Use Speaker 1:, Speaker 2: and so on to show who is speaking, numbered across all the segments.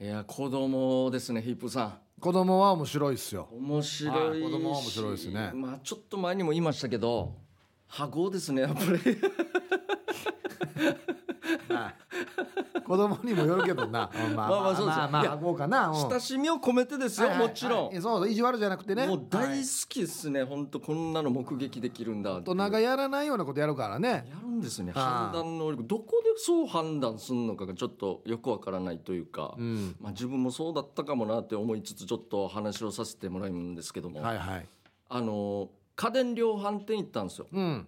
Speaker 1: いや子供ですねヒップさん
Speaker 2: 子供は面白いっすよ
Speaker 1: 面白
Speaker 2: はい
Speaker 1: い
Speaker 2: 子
Speaker 1: し
Speaker 2: 供は面白いですね
Speaker 1: まあちょっと前にも言いましたけど箱ですねやっぱり
Speaker 2: 子供にもよるけどなまあ
Speaker 1: まあまあそうですよ
Speaker 2: まあまあ
Speaker 1: いや
Speaker 2: あこうかなうん
Speaker 1: 親しみを込めてですよ
Speaker 2: はいはい
Speaker 1: もちろん
Speaker 2: はいそうそう意地悪じゃなくてね
Speaker 1: もう大
Speaker 2: はい
Speaker 1: 好きですね本当こんなの目撃できるんだっ
Speaker 2: 大
Speaker 1: て
Speaker 2: 人がやらないようなことやるからね
Speaker 1: やるんですよね
Speaker 2: あ
Speaker 1: 判
Speaker 2: あ
Speaker 1: 断能力どこでそう判断するのかがちょっとよくわからないというか、
Speaker 2: うん
Speaker 1: まあ、自分もそうだったかもなって思いつつちょっと話をさせてもらうんですけども、
Speaker 2: はいはい
Speaker 1: あの家電量販店行ったんですよ。
Speaker 2: うん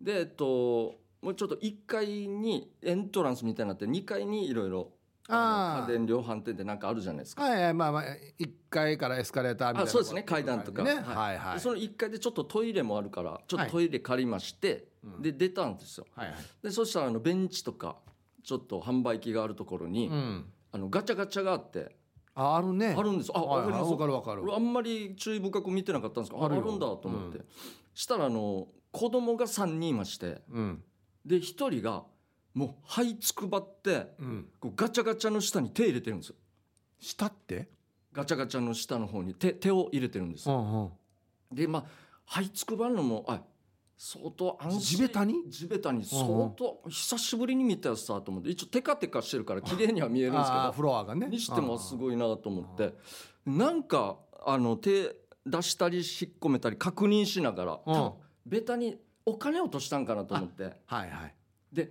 Speaker 1: でえっともうちょっと1階にエントランスみたいになって2階にいろいろ
Speaker 2: ああ
Speaker 1: あの家電量販店ってなんかあるじゃないですか。
Speaker 2: はいはいまあまあ1階からエスカレーターみたい
Speaker 1: あ
Speaker 2: な
Speaker 1: そうですね階段とか
Speaker 2: ね
Speaker 1: はい
Speaker 2: はいは
Speaker 1: で
Speaker 2: い
Speaker 1: その1階でちょっとトイレもあるからちょっ
Speaker 2: はい
Speaker 1: とトイレ借りまして、
Speaker 2: うん
Speaker 1: で出たんですよ。
Speaker 2: はいはい
Speaker 1: でそしたらあのベンチとかちょっと販売機があるところに、
Speaker 2: うん
Speaker 1: あのガチャガチャがあって
Speaker 2: ああるね
Speaker 1: あるんですあ、
Speaker 2: は
Speaker 1: わ
Speaker 2: い
Speaker 1: かり
Speaker 2: はい
Speaker 1: ます
Speaker 2: わかるわかる
Speaker 1: 俺あんまり注意深く見てなかったんですけどあ
Speaker 2: あ
Speaker 1: あ
Speaker 2: るよ
Speaker 1: るんだと思って、
Speaker 2: う
Speaker 1: したらあの子供が3人いまして
Speaker 2: うん
Speaker 1: で1人がもう這いつくばって
Speaker 2: うん
Speaker 1: こうガチャガチャの下に手入れてるんですよ
Speaker 2: 下って
Speaker 1: ガチャガチャの下の方に手手を入れてるんですよ、
Speaker 2: んうん
Speaker 1: でまあ這いつくばるのもあ相当安心
Speaker 2: 地べたに
Speaker 1: 地べたに相当久しぶりに見たやつだと思って一応テカテカしてるから綺麗には見えるんですけ
Speaker 2: あ
Speaker 1: ど
Speaker 2: ーフロアがね
Speaker 1: にしてもす
Speaker 2: い
Speaker 1: ごいなと思ってなんかあの手出したり引っ込めたり確認しながら
Speaker 2: うん
Speaker 1: 多分ベタにお金落としたんかなと思って
Speaker 2: はいはい
Speaker 1: で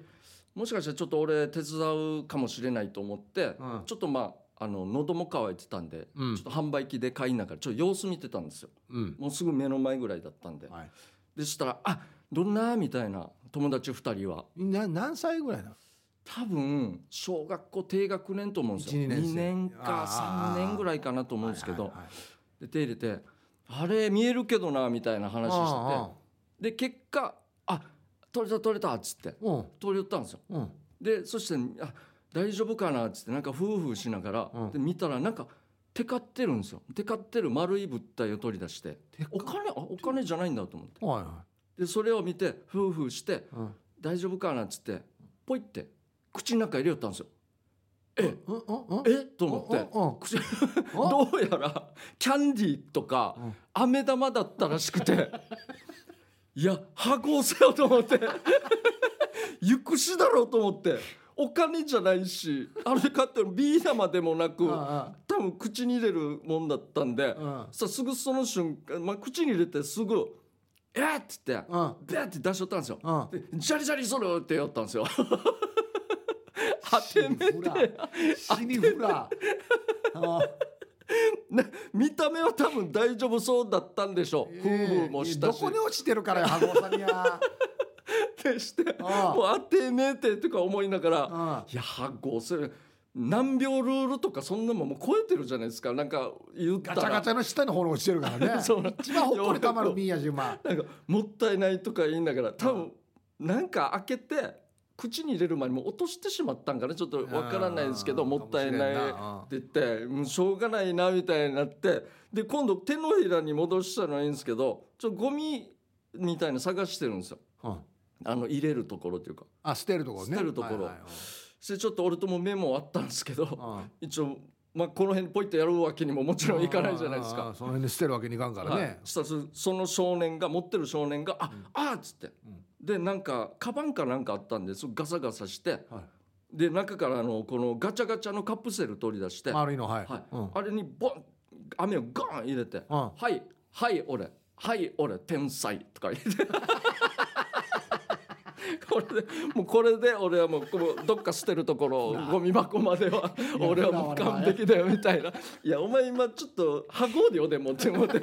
Speaker 1: もしかしたらちょっと俺手伝うかもしれないと思って
Speaker 2: うん
Speaker 1: ちょっとまああの喉も渇いてたんで
Speaker 2: うん
Speaker 1: ちょっと販売機で買いながらちょっと様子見てたんですよ
Speaker 2: うん
Speaker 1: もうすぐ目の前ぐらいだったんで
Speaker 2: はい
Speaker 1: でしたら「あどんな?」みたいな友達2人は
Speaker 2: な何歳ぐらいなの
Speaker 1: 多分小学校低学年と思うんですよ
Speaker 2: 1 2年生
Speaker 1: 2年
Speaker 2: あ
Speaker 1: か
Speaker 2: あ
Speaker 1: 3年ぐらいかなと思うんですけど、
Speaker 2: はいはいはい
Speaker 1: で手入れて「あれ見えるけどな」みたいな話して
Speaker 2: あ
Speaker 1: てで結果「あ取れた取れた」っつって
Speaker 2: あうん
Speaker 1: 取り寄ったんですよ
Speaker 2: うん
Speaker 1: でそして「あ大丈夫かな」っつってなんかフーフーしながら、
Speaker 2: うん
Speaker 1: で見たらなんかテカってるんですよテカってる丸い物体を取り出して
Speaker 2: テカ
Speaker 1: お金あお金じゃないんだと思って
Speaker 2: はいは
Speaker 1: でそれを見てフーフーして
Speaker 2: いうん
Speaker 1: 「大丈夫かな」っつってポイって口の中入れよったんですよえ
Speaker 2: うんうんうん
Speaker 1: えと思って口
Speaker 2: うん
Speaker 1: どうやらキャンディーとか
Speaker 2: うん
Speaker 1: 飴玉だったらしくていや箱押せよと思って行くしだろうと思ってお金じゃないしあれ買ってるビー玉でもなく
Speaker 2: あ
Speaker 1: 多分口に入れるもんだったんで
Speaker 2: あうん
Speaker 1: さすぐその瞬間、まあ、口に入れてすぐ「えっ!」っつって
Speaker 2: うん
Speaker 1: ビャーって出しとったんですよ。
Speaker 2: う
Speaker 1: で
Speaker 2: ん
Speaker 1: ジャリジャリそれってやったんですよ。 当てめ
Speaker 2: シニフ
Speaker 1: て
Speaker 2: ラシニフラああ
Speaker 1: な見た目は多分大丈夫そうだったんでしょう。夫婦もした
Speaker 2: ど
Speaker 1: し
Speaker 2: こに落ちてるからよ箱さんや
Speaker 1: ってしてもう
Speaker 2: ああ
Speaker 1: 当てめてとか思いながら
Speaker 2: あ
Speaker 1: いやごそれ何秒ルールとかそんなもんもう超えてるじゃないですかなんか言った
Speaker 2: ガ
Speaker 1: ら
Speaker 2: チャガチャの下の方に落ちてるから ね
Speaker 1: そうなん
Speaker 2: 一番ほっこりたまる瓶やし今
Speaker 1: なんかもったいないとか言いながら多分なんか開けて口に入れる前にもう落としてしまったんかなちょっとわからないですけど
Speaker 2: あー
Speaker 1: もったいない
Speaker 2: かもしれん
Speaker 1: って言ってもうしょうがないなみたいになってで今度手のひらに戻したのはいいんですけどちょっとゴミみたいなの探してるんですよ
Speaker 2: うん
Speaker 1: あの入れるところというか
Speaker 2: あ捨てるところね
Speaker 1: 捨てるところ
Speaker 2: はいはいはい
Speaker 1: それちょっと俺ともメモあったんですけど
Speaker 2: うん
Speaker 1: 一応まあこの辺ポイッとやるわけにももちろんいかないじゃないです
Speaker 2: あああ
Speaker 1: か
Speaker 2: あ。その辺で捨てるわけにいかんから
Speaker 1: はい
Speaker 2: ね、
Speaker 1: そしたらそその少年が持ってる少年が「あ、あ」っつって、
Speaker 2: ん
Speaker 1: でなんかカバンかなんかあったんですガサガサして
Speaker 2: はい
Speaker 1: で中からあのこのガチャガチャのカプセル取り出して、
Speaker 2: 丸いのはい
Speaker 1: はい
Speaker 2: うん
Speaker 1: あれにボン雨をゴン入れて「
Speaker 2: うん
Speaker 1: はいはい俺はい俺天才」とか言って。 これでもうこれで俺はもうこうどっか捨てるところゴミ箱までは俺はもう完璧だよみたいな「いやお前今ちょっと箱でよでも」って思 って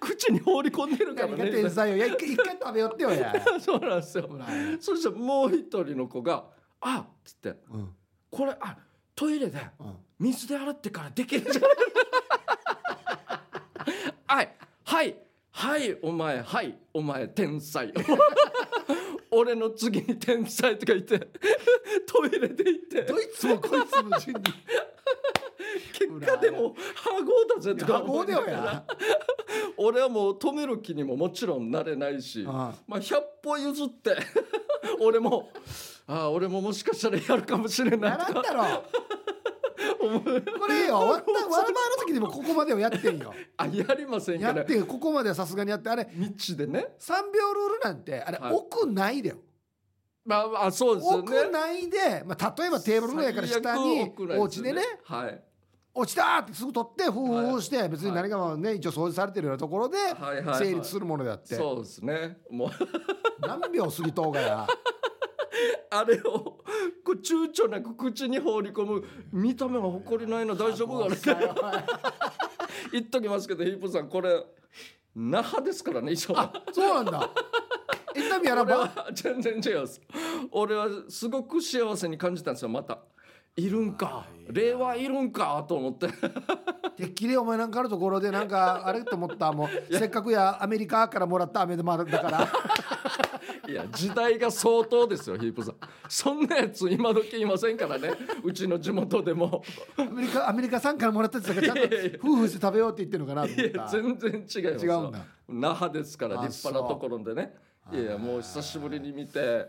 Speaker 1: 口に放り込んでるから
Speaker 2: 何が
Speaker 1: ね
Speaker 2: 天才よいや一回一回食べよってよや
Speaker 1: そうなんですよ
Speaker 2: ほら
Speaker 1: そしたらもう一人の子が「あっ」つって
Speaker 2: うん
Speaker 1: 「これあトイレで
Speaker 2: うん
Speaker 1: 水で洗ってからできるんじゃ ない?はい」はいはいお前はいお前天才 俺の次に天才とか言って トイレで行って
Speaker 2: どいつもこいつの順に
Speaker 1: 結果でもハゴだぜとか
Speaker 2: 箱
Speaker 1: 思い
Speaker 2: で
Speaker 1: な
Speaker 2: よ
Speaker 1: がら
Speaker 2: や
Speaker 1: 俺はもう止める気にももちろんなれないし
Speaker 2: ああ
Speaker 1: まあ100歩譲って 俺もああ俺ももしかしたらやるかもしれない
Speaker 2: やらんだろこれよわたわらばの時にもここまではやってんよ
Speaker 1: あやりません
Speaker 2: や
Speaker 1: か
Speaker 2: っ
Speaker 1: ら
Speaker 2: てんよここまではさすがにやってあれ
Speaker 1: 道でね
Speaker 2: 3秒ルールなんてあれ、
Speaker 1: はい
Speaker 2: 奥ないだよ
Speaker 1: まあまあそうですよね
Speaker 2: 奥ないで、まあ、例えばテーブルのやから下に
Speaker 1: 最悪
Speaker 2: お家でね
Speaker 1: はい
Speaker 2: 落ちたーってすぐ取ってふうふうして別に何かもね一応掃除されてるようなところで
Speaker 1: はいはいはい
Speaker 2: 成立するものであって
Speaker 1: そうですねもう
Speaker 2: 何秒過ぎとうがや
Speaker 1: あれをこう躊躇なく口に放り込む見た目が誇りないな大丈夫かな
Speaker 2: さよおい
Speaker 1: 言っときますけどヒープさんこれ那覇ですからね一応
Speaker 2: あ そうなんだ痛みやら
Speaker 1: 俺
Speaker 2: ば
Speaker 1: は 全然違います俺はすごく幸せに感じたんですよまたいるんか令和いるんかと思って
Speaker 2: てっきりお前なんかあるところでなんかあれと思ったもうせっかくやアメリカからもらった飴玉だ から
Speaker 1: いや時代が相当ですよヒープさんそんなやつ今時いませんからねうちの地元でも
Speaker 2: アメリカアメリカさんからもらったやつだからちゃんと夫婦して食べようって言ってるのかなと
Speaker 1: い
Speaker 2: 思
Speaker 1: や
Speaker 2: っ
Speaker 1: 全然違います
Speaker 2: 違うん
Speaker 1: よ
Speaker 2: だ
Speaker 1: 那覇ですから
Speaker 2: あ
Speaker 1: 立派なところでねいやいやもう久しぶりに見て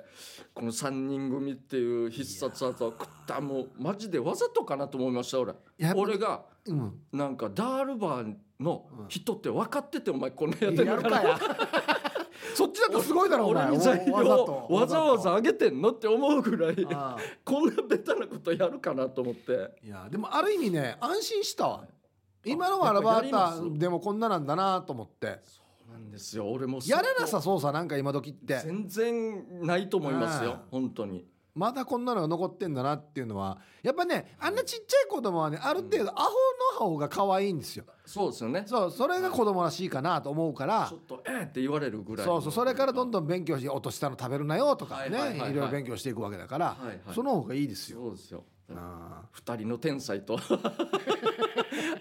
Speaker 1: この3人組っていう必殺技を食ったもうマジでわざとかなと思いました俺
Speaker 2: やっぱ
Speaker 1: 俺が
Speaker 2: た、うん、
Speaker 1: なんかダールバーの人って分かっててお前こんなやって
Speaker 2: や
Speaker 1: る
Speaker 2: る
Speaker 1: か
Speaker 2: からやそっちだとすごいだろお
Speaker 1: 俺
Speaker 2: 前
Speaker 1: に材料
Speaker 2: わざと
Speaker 1: をわざわざ上げてんのって思うぐらい
Speaker 2: ああ
Speaker 1: こんなベタなことやるかなと思って
Speaker 2: いやでもある意味ね安心したわ今のはアラバータでもこんななんだなと思って
Speaker 1: そうなんですよ俺も
Speaker 2: やらなさそうさなんか今時って
Speaker 1: 全然ないと思います
Speaker 2: あ
Speaker 1: よ
Speaker 2: あ
Speaker 1: 本当に
Speaker 2: まだこんなのが残ってんだなっていうのはやっぱねあんなちっちゃい子供はねある程度アホの方が可愛いんですよ
Speaker 1: そうですよね
Speaker 2: そうそれが子供らしいかなと思うから
Speaker 1: ちょっとえーって言われるぐらい
Speaker 2: そうそうそれからどん
Speaker 1: どん
Speaker 2: どん勉強してお年下の食べるなよとか
Speaker 1: は
Speaker 2: ね
Speaker 1: いはいはいはい
Speaker 2: いろいろ勉強していくわけだから
Speaker 1: はいはい
Speaker 2: その方がいいですよ
Speaker 1: そうですよ
Speaker 2: あ
Speaker 1: 二人の天才と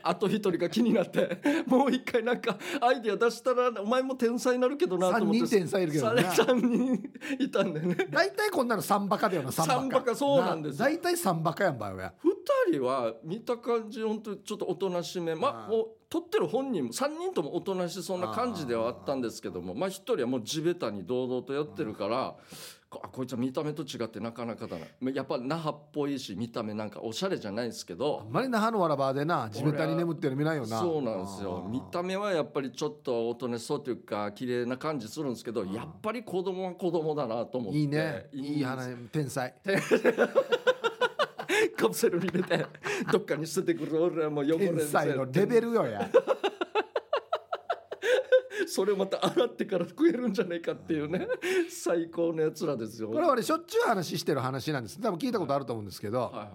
Speaker 1: あと一人が気になってもう一回なんかアイディア出したらお前も天才になるけどなと思って
Speaker 2: 三人天才いるけどね
Speaker 1: 3人いたんでね
Speaker 2: ー大体こんなの3バカだよな3バカ
Speaker 1: 三バカそうなんですよ
Speaker 2: 大体3バカやんばよや
Speaker 1: 二人は見た感じ本当にちょっとおとなしめまあ
Speaker 2: はい
Speaker 1: もう撮ってる本人も3人ともおとなしそうな感じではあったんですけどもまあ一人はもう地べたに堂々とやってるからこあこいつは見た目と違ってなかなかだなまあやっぱ那覇っぽいし見た目なんかおしゃれじゃないですけ
Speaker 2: あ
Speaker 1: ど
Speaker 2: んまり那覇のわらばでな地べたに眠ってるの見ないよな
Speaker 1: そうなんですよ
Speaker 2: あー
Speaker 1: 見た目はやっぱりちょっとおとなしそうというか綺麗な感じするんですけどやっぱり子供は子供だなと思って
Speaker 2: いいね
Speaker 1: んです
Speaker 2: いい花天才
Speaker 1: カプセルに入れてどっかに捨ててくる俺はもう汚れ
Speaker 2: 天才のレベルよや
Speaker 1: それまた洗ってから食えるんじゃないかっていうね最高のやつらですよ
Speaker 2: これは俺しょっちゅう話してる話なんです多分聞いたことあると思うんですけど、
Speaker 1: はいはい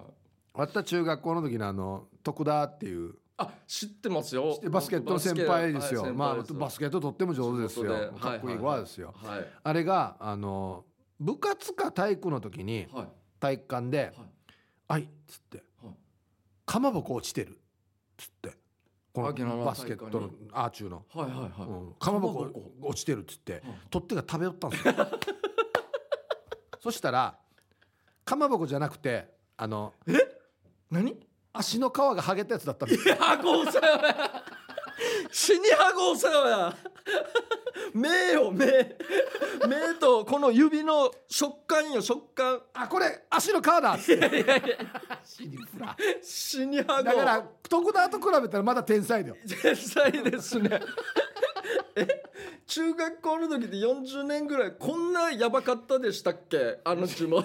Speaker 2: 私中学校の時のあの徳田っていう
Speaker 1: あ知ってますよ
Speaker 2: でバスケットの先輩ですよ、まあバス
Speaker 1: ケ
Speaker 2: ケットとっても上手ですよ
Speaker 1: 仕事で
Speaker 2: かっこいいわですよ、
Speaker 1: はいはい
Speaker 2: あれがあの部活か体育の時に
Speaker 1: はい
Speaker 2: 体育館で
Speaker 1: はい
Speaker 2: 「あい」っつって
Speaker 1: はい
Speaker 2: 「かまぼこ落ちてる」っつってこ
Speaker 1: あ沖縄
Speaker 2: の
Speaker 1: の
Speaker 2: バスケット
Speaker 1: 体
Speaker 2: の
Speaker 1: 育
Speaker 2: アーチューの
Speaker 1: はいはいはい
Speaker 2: うんかまぼ
Speaker 1: かまぼ
Speaker 2: こ落ちてるっつって
Speaker 1: うん
Speaker 2: 取っ手が食べよったんですよ そしたらかまぼこじゃなくてあの
Speaker 1: 何
Speaker 2: 足の皮が剥げたやつだったん ですよ
Speaker 1: ハゴさや死にハゴさや目よ目目とこの指の食感よ食感
Speaker 2: あこれ足の皮だっつって 死にプラ
Speaker 1: 死にハゴ
Speaker 2: だから徳田と比べたらまだ天才だよ
Speaker 1: 天才ですねえ中学校の時で40年ぐらいこんなやばかったでしたっけあの地も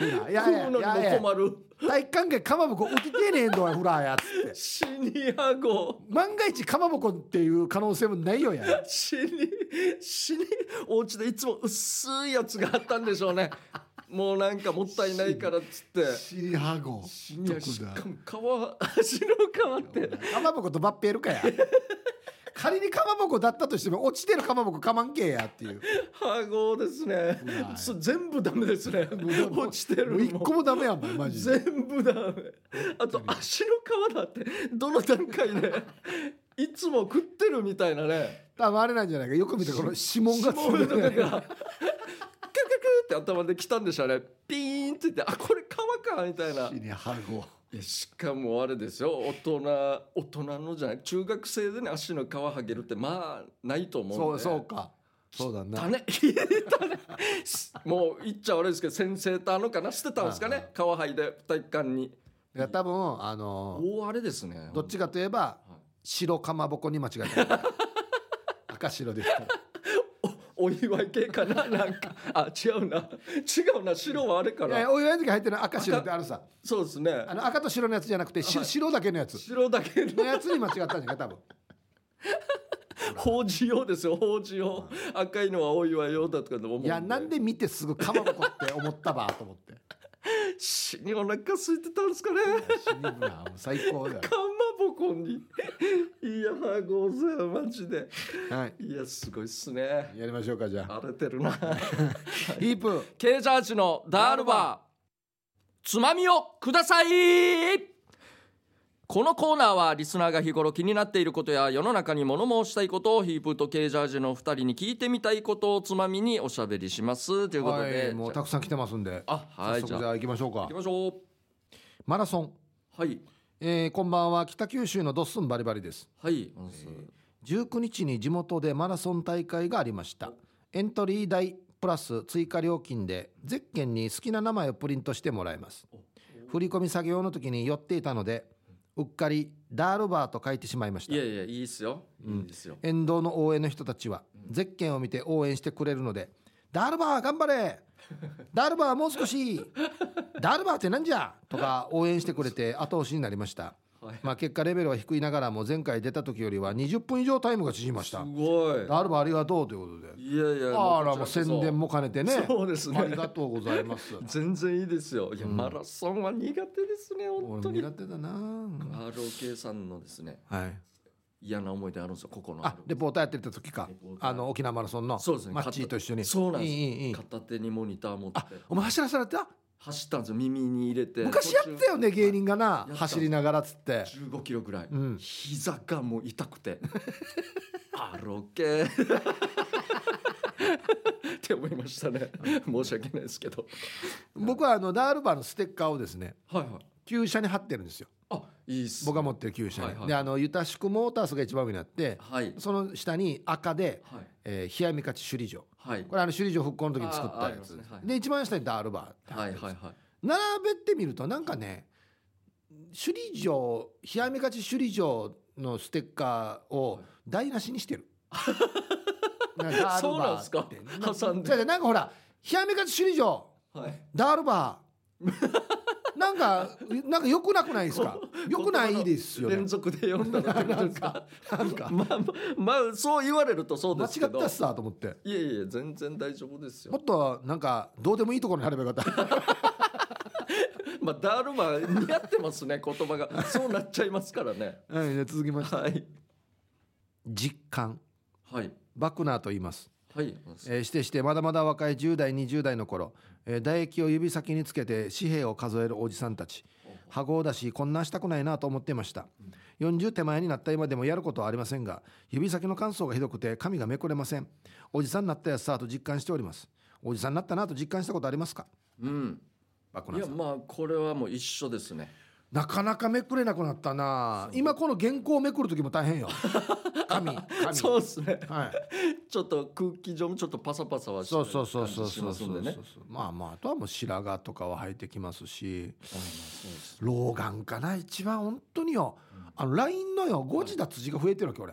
Speaker 2: いやいや
Speaker 1: 食
Speaker 2: いや
Speaker 1: うのにも
Speaker 2: いやいや
Speaker 1: 困る
Speaker 2: 体育館がかまぼこ起きてねえんどやフラーやっつって
Speaker 1: シニア号
Speaker 2: 万が一かまぼこっていう可能性もないよや
Speaker 1: シニシニお家でいつも薄いやつがあったんでしょうねもうなんかもったいないからっつって
Speaker 2: シリハゴ
Speaker 1: シニアしかも皮足の皮って
Speaker 2: かまぼことバッペやるかや仮にかまぼこだったとしても落ちてるかまぼこかまんけえやって いう
Speaker 1: ハゴですね
Speaker 2: わ
Speaker 1: そう全部ダメですね落ちてる
Speaker 2: もう一
Speaker 1: もう
Speaker 2: 個もダメやもんマジで
Speaker 1: 全部ダメあと足の皮だってどの段階で いつも食ってるみたいなね
Speaker 2: 多分あれなんじゃないかよく見てこの指紋がつ
Speaker 1: もう
Speaker 2: い
Speaker 1: なん
Speaker 2: て
Speaker 1: かク
Speaker 2: る
Speaker 1: ククって頭で来たんでしょうねピーンって言ってあこれ皮かみたいな
Speaker 2: シリハゴ
Speaker 1: いやしかもあれですよ大人大人のじゃない中学生でね足の皮剥げるってまあないと思うんで
Speaker 2: そうそうかそうだ
Speaker 1: だ
Speaker 2: な
Speaker 1: ね、いやだねもう言っちゃ悪いですけど先生とあのかなしてたんですかね皮剥いで体育館に
Speaker 2: いや多分あの
Speaker 1: 大あれですね
Speaker 2: どっちかといえば白かまぼこに間違 えてる赤白ですから
Speaker 1: お 祝い系かななんかあ違うな違うな白はあれか
Speaker 2: い
Speaker 1: ら
Speaker 2: やいやお祝いの時入ってる赤白ってあるさ
Speaker 1: そうですね
Speaker 2: あの赤と白のやつじゃなくて、し
Speaker 1: はい
Speaker 2: 白だけのやつ
Speaker 1: 白だけ
Speaker 2: の
Speaker 1: の
Speaker 2: やつに間違ったんじゃない多分
Speaker 1: 法事用ですよ法事用赤いのはお祝い用だとかと思うん
Speaker 2: いやなんで見てすぐかまぼこって思ったばと 思って
Speaker 1: 死にお腹空いてたんですかね
Speaker 2: 死にぶな最高だよ
Speaker 1: かまぼこにいやごぜマジで
Speaker 2: はい
Speaker 1: いやすごいっすね
Speaker 2: やりましょうかじゃあ
Speaker 1: 荒れてるな
Speaker 2: ヒープ
Speaker 1: ケージャージのダールバーつまみをくださいこのコーナーはリスナーが日頃気になっていることや世の中に物申したいことをヒープーとケージャージの二人に聞いてみたいことをつまみにおしゃべりしますということで、
Speaker 2: はいもう
Speaker 1: じゃ
Speaker 2: たくさん来てますんで
Speaker 1: ああはいじ
Speaker 2: 早速
Speaker 1: ゃ
Speaker 2: じ
Speaker 1: あ
Speaker 2: ゃあ行きましょうか
Speaker 1: 行きましょう
Speaker 2: マラソン、
Speaker 1: はい
Speaker 2: えーこんばんは北九州のドッスンバリバリです
Speaker 1: はい、
Speaker 2: 19日に地元でマラソン大会がありましたエントリー代プラス追加料金でゼッケンに好きな名前をプリントしてもらいます振り込み作業の時に寄っていたのでうっかりダールバーと書いてしまいまし
Speaker 1: いや
Speaker 2: た
Speaker 1: いやいいっすよいいですよ、
Speaker 2: 沿道の応援の人たちはゼッケンを見て応援してくれるのでダールバー頑張れ ダールバーもう少しダールバーってなんじゃとか応援してくれて後押しになりました
Speaker 1: はい
Speaker 2: まあ結果レベルは低いながらも前回出た時よりは20分以上タイムが縮みました
Speaker 1: すごい
Speaker 2: ダルバありがとうということで。
Speaker 1: いやいや
Speaker 2: あら
Speaker 1: こ
Speaker 2: もう
Speaker 1: ちこそ
Speaker 2: 宣伝も兼ねてね。
Speaker 1: そうですね
Speaker 2: ありがとうございます。
Speaker 1: 全然いいですよいや、マラソンは苦手ですね本当
Speaker 2: 俺
Speaker 1: に
Speaker 2: 苦手だな。
Speaker 1: ROK さんのですね
Speaker 2: はい。
Speaker 1: 嫌な思い出あるんですよここの
Speaker 2: あ、レポーターやってた時か
Speaker 1: レポー。ター
Speaker 2: あの沖縄マラソンの。
Speaker 1: そうですね
Speaker 2: マッチーと一緒に。
Speaker 1: そうなんです
Speaker 2: いいいいいい
Speaker 1: 片手にモニター持って
Speaker 2: あ、お前走らされてた。
Speaker 1: 走ったんですよ耳に入れて
Speaker 2: 昔やったよね、芸人がな
Speaker 1: や、った
Speaker 2: 走りながらっつって。
Speaker 1: 15キロぐらい、
Speaker 2: うん
Speaker 1: 膝がもう痛く てあロケって思いましたね申し訳ないですけど
Speaker 2: 僕はあのダールバーのステッカーをですね。
Speaker 1: はいはい
Speaker 2: 旧車に貼ってるんですよ。
Speaker 1: あいいっす
Speaker 2: 僕が持ってる旧車
Speaker 1: はいは
Speaker 2: に。
Speaker 1: い
Speaker 2: で、あのユタシクモータースが一番上にあって。
Speaker 1: はい
Speaker 2: その下に赤で。
Speaker 1: はい
Speaker 2: えー冷やみかち首里城。
Speaker 1: はい
Speaker 2: これあの首里城復興の時に作っ
Speaker 1: ああ
Speaker 2: た
Speaker 1: あ
Speaker 2: や
Speaker 1: ります
Speaker 2: つ、
Speaker 1: ねはい
Speaker 2: で一番下にダールバー、
Speaker 1: はいはいはい
Speaker 2: 並べてみるとなんかね首里城冷やみがち首里城のステッカーを
Speaker 1: はい
Speaker 2: 台無し にしてる、なんかダー
Speaker 1: そう
Speaker 2: ル
Speaker 1: なん
Speaker 2: バ
Speaker 1: です
Speaker 2: ーっ
Speaker 1: か
Speaker 2: て
Speaker 1: 挟んで
Speaker 2: じゃあなんかほら冷やみがち首里城
Speaker 1: はい
Speaker 2: ダールバーなんかなんか良くなくないですか良くないですよね
Speaker 1: 連続で読んだらなん か
Speaker 2: なんか
Speaker 1: まあまあまあそう言われるとそう
Speaker 2: 間
Speaker 1: で
Speaker 2: 違
Speaker 1: すけ
Speaker 2: っ
Speaker 1: ど
Speaker 2: たっすわと思って
Speaker 1: いやいや全然大丈夫です
Speaker 2: も
Speaker 1: よ
Speaker 2: っとなんかどうでもいいところに貼ればよかった、
Speaker 1: まあダールマ似合ってますね言葉がそうなっちゃいますからね
Speaker 2: はい、じゃあ続きまして
Speaker 1: はい
Speaker 2: 実感
Speaker 1: はい
Speaker 2: バクナーと言います、
Speaker 1: はい
Speaker 2: えーしてしてまだまだ若い10代20代の頃、えー唾液を指先につけて紙幣を数えるおじさんたち羽子を出しこんなんしたくないなと思っていました40手前になった今でもやることはありませんが指先の乾燥がひどくて髪がめくれませんおじさんになったやつさと実感しておりますおじさんになったなと実感したことありますか
Speaker 1: うん
Speaker 2: バクナ
Speaker 1: い
Speaker 2: ー
Speaker 1: や
Speaker 2: さん
Speaker 1: まあこれはもう一緒ですね
Speaker 2: なかなかめくれなくなったな今この原稿をめくる時も大変よ紙紙
Speaker 1: そうですね
Speaker 2: はい
Speaker 1: ちょっと空気上もちょっとパサパサはして
Speaker 2: そ
Speaker 1: る
Speaker 2: うそうそうそ
Speaker 1: 感
Speaker 2: う
Speaker 1: じし
Speaker 2: そう
Speaker 1: ます
Speaker 2: そ
Speaker 1: んで
Speaker 2: う
Speaker 1: ね
Speaker 2: そうまあまああとはもう白髪とかは生えてきますし
Speaker 1: あまあそうです
Speaker 2: 老眼かな一番本当によあの LINE のよ誤字だ辻が増えてるわけ俺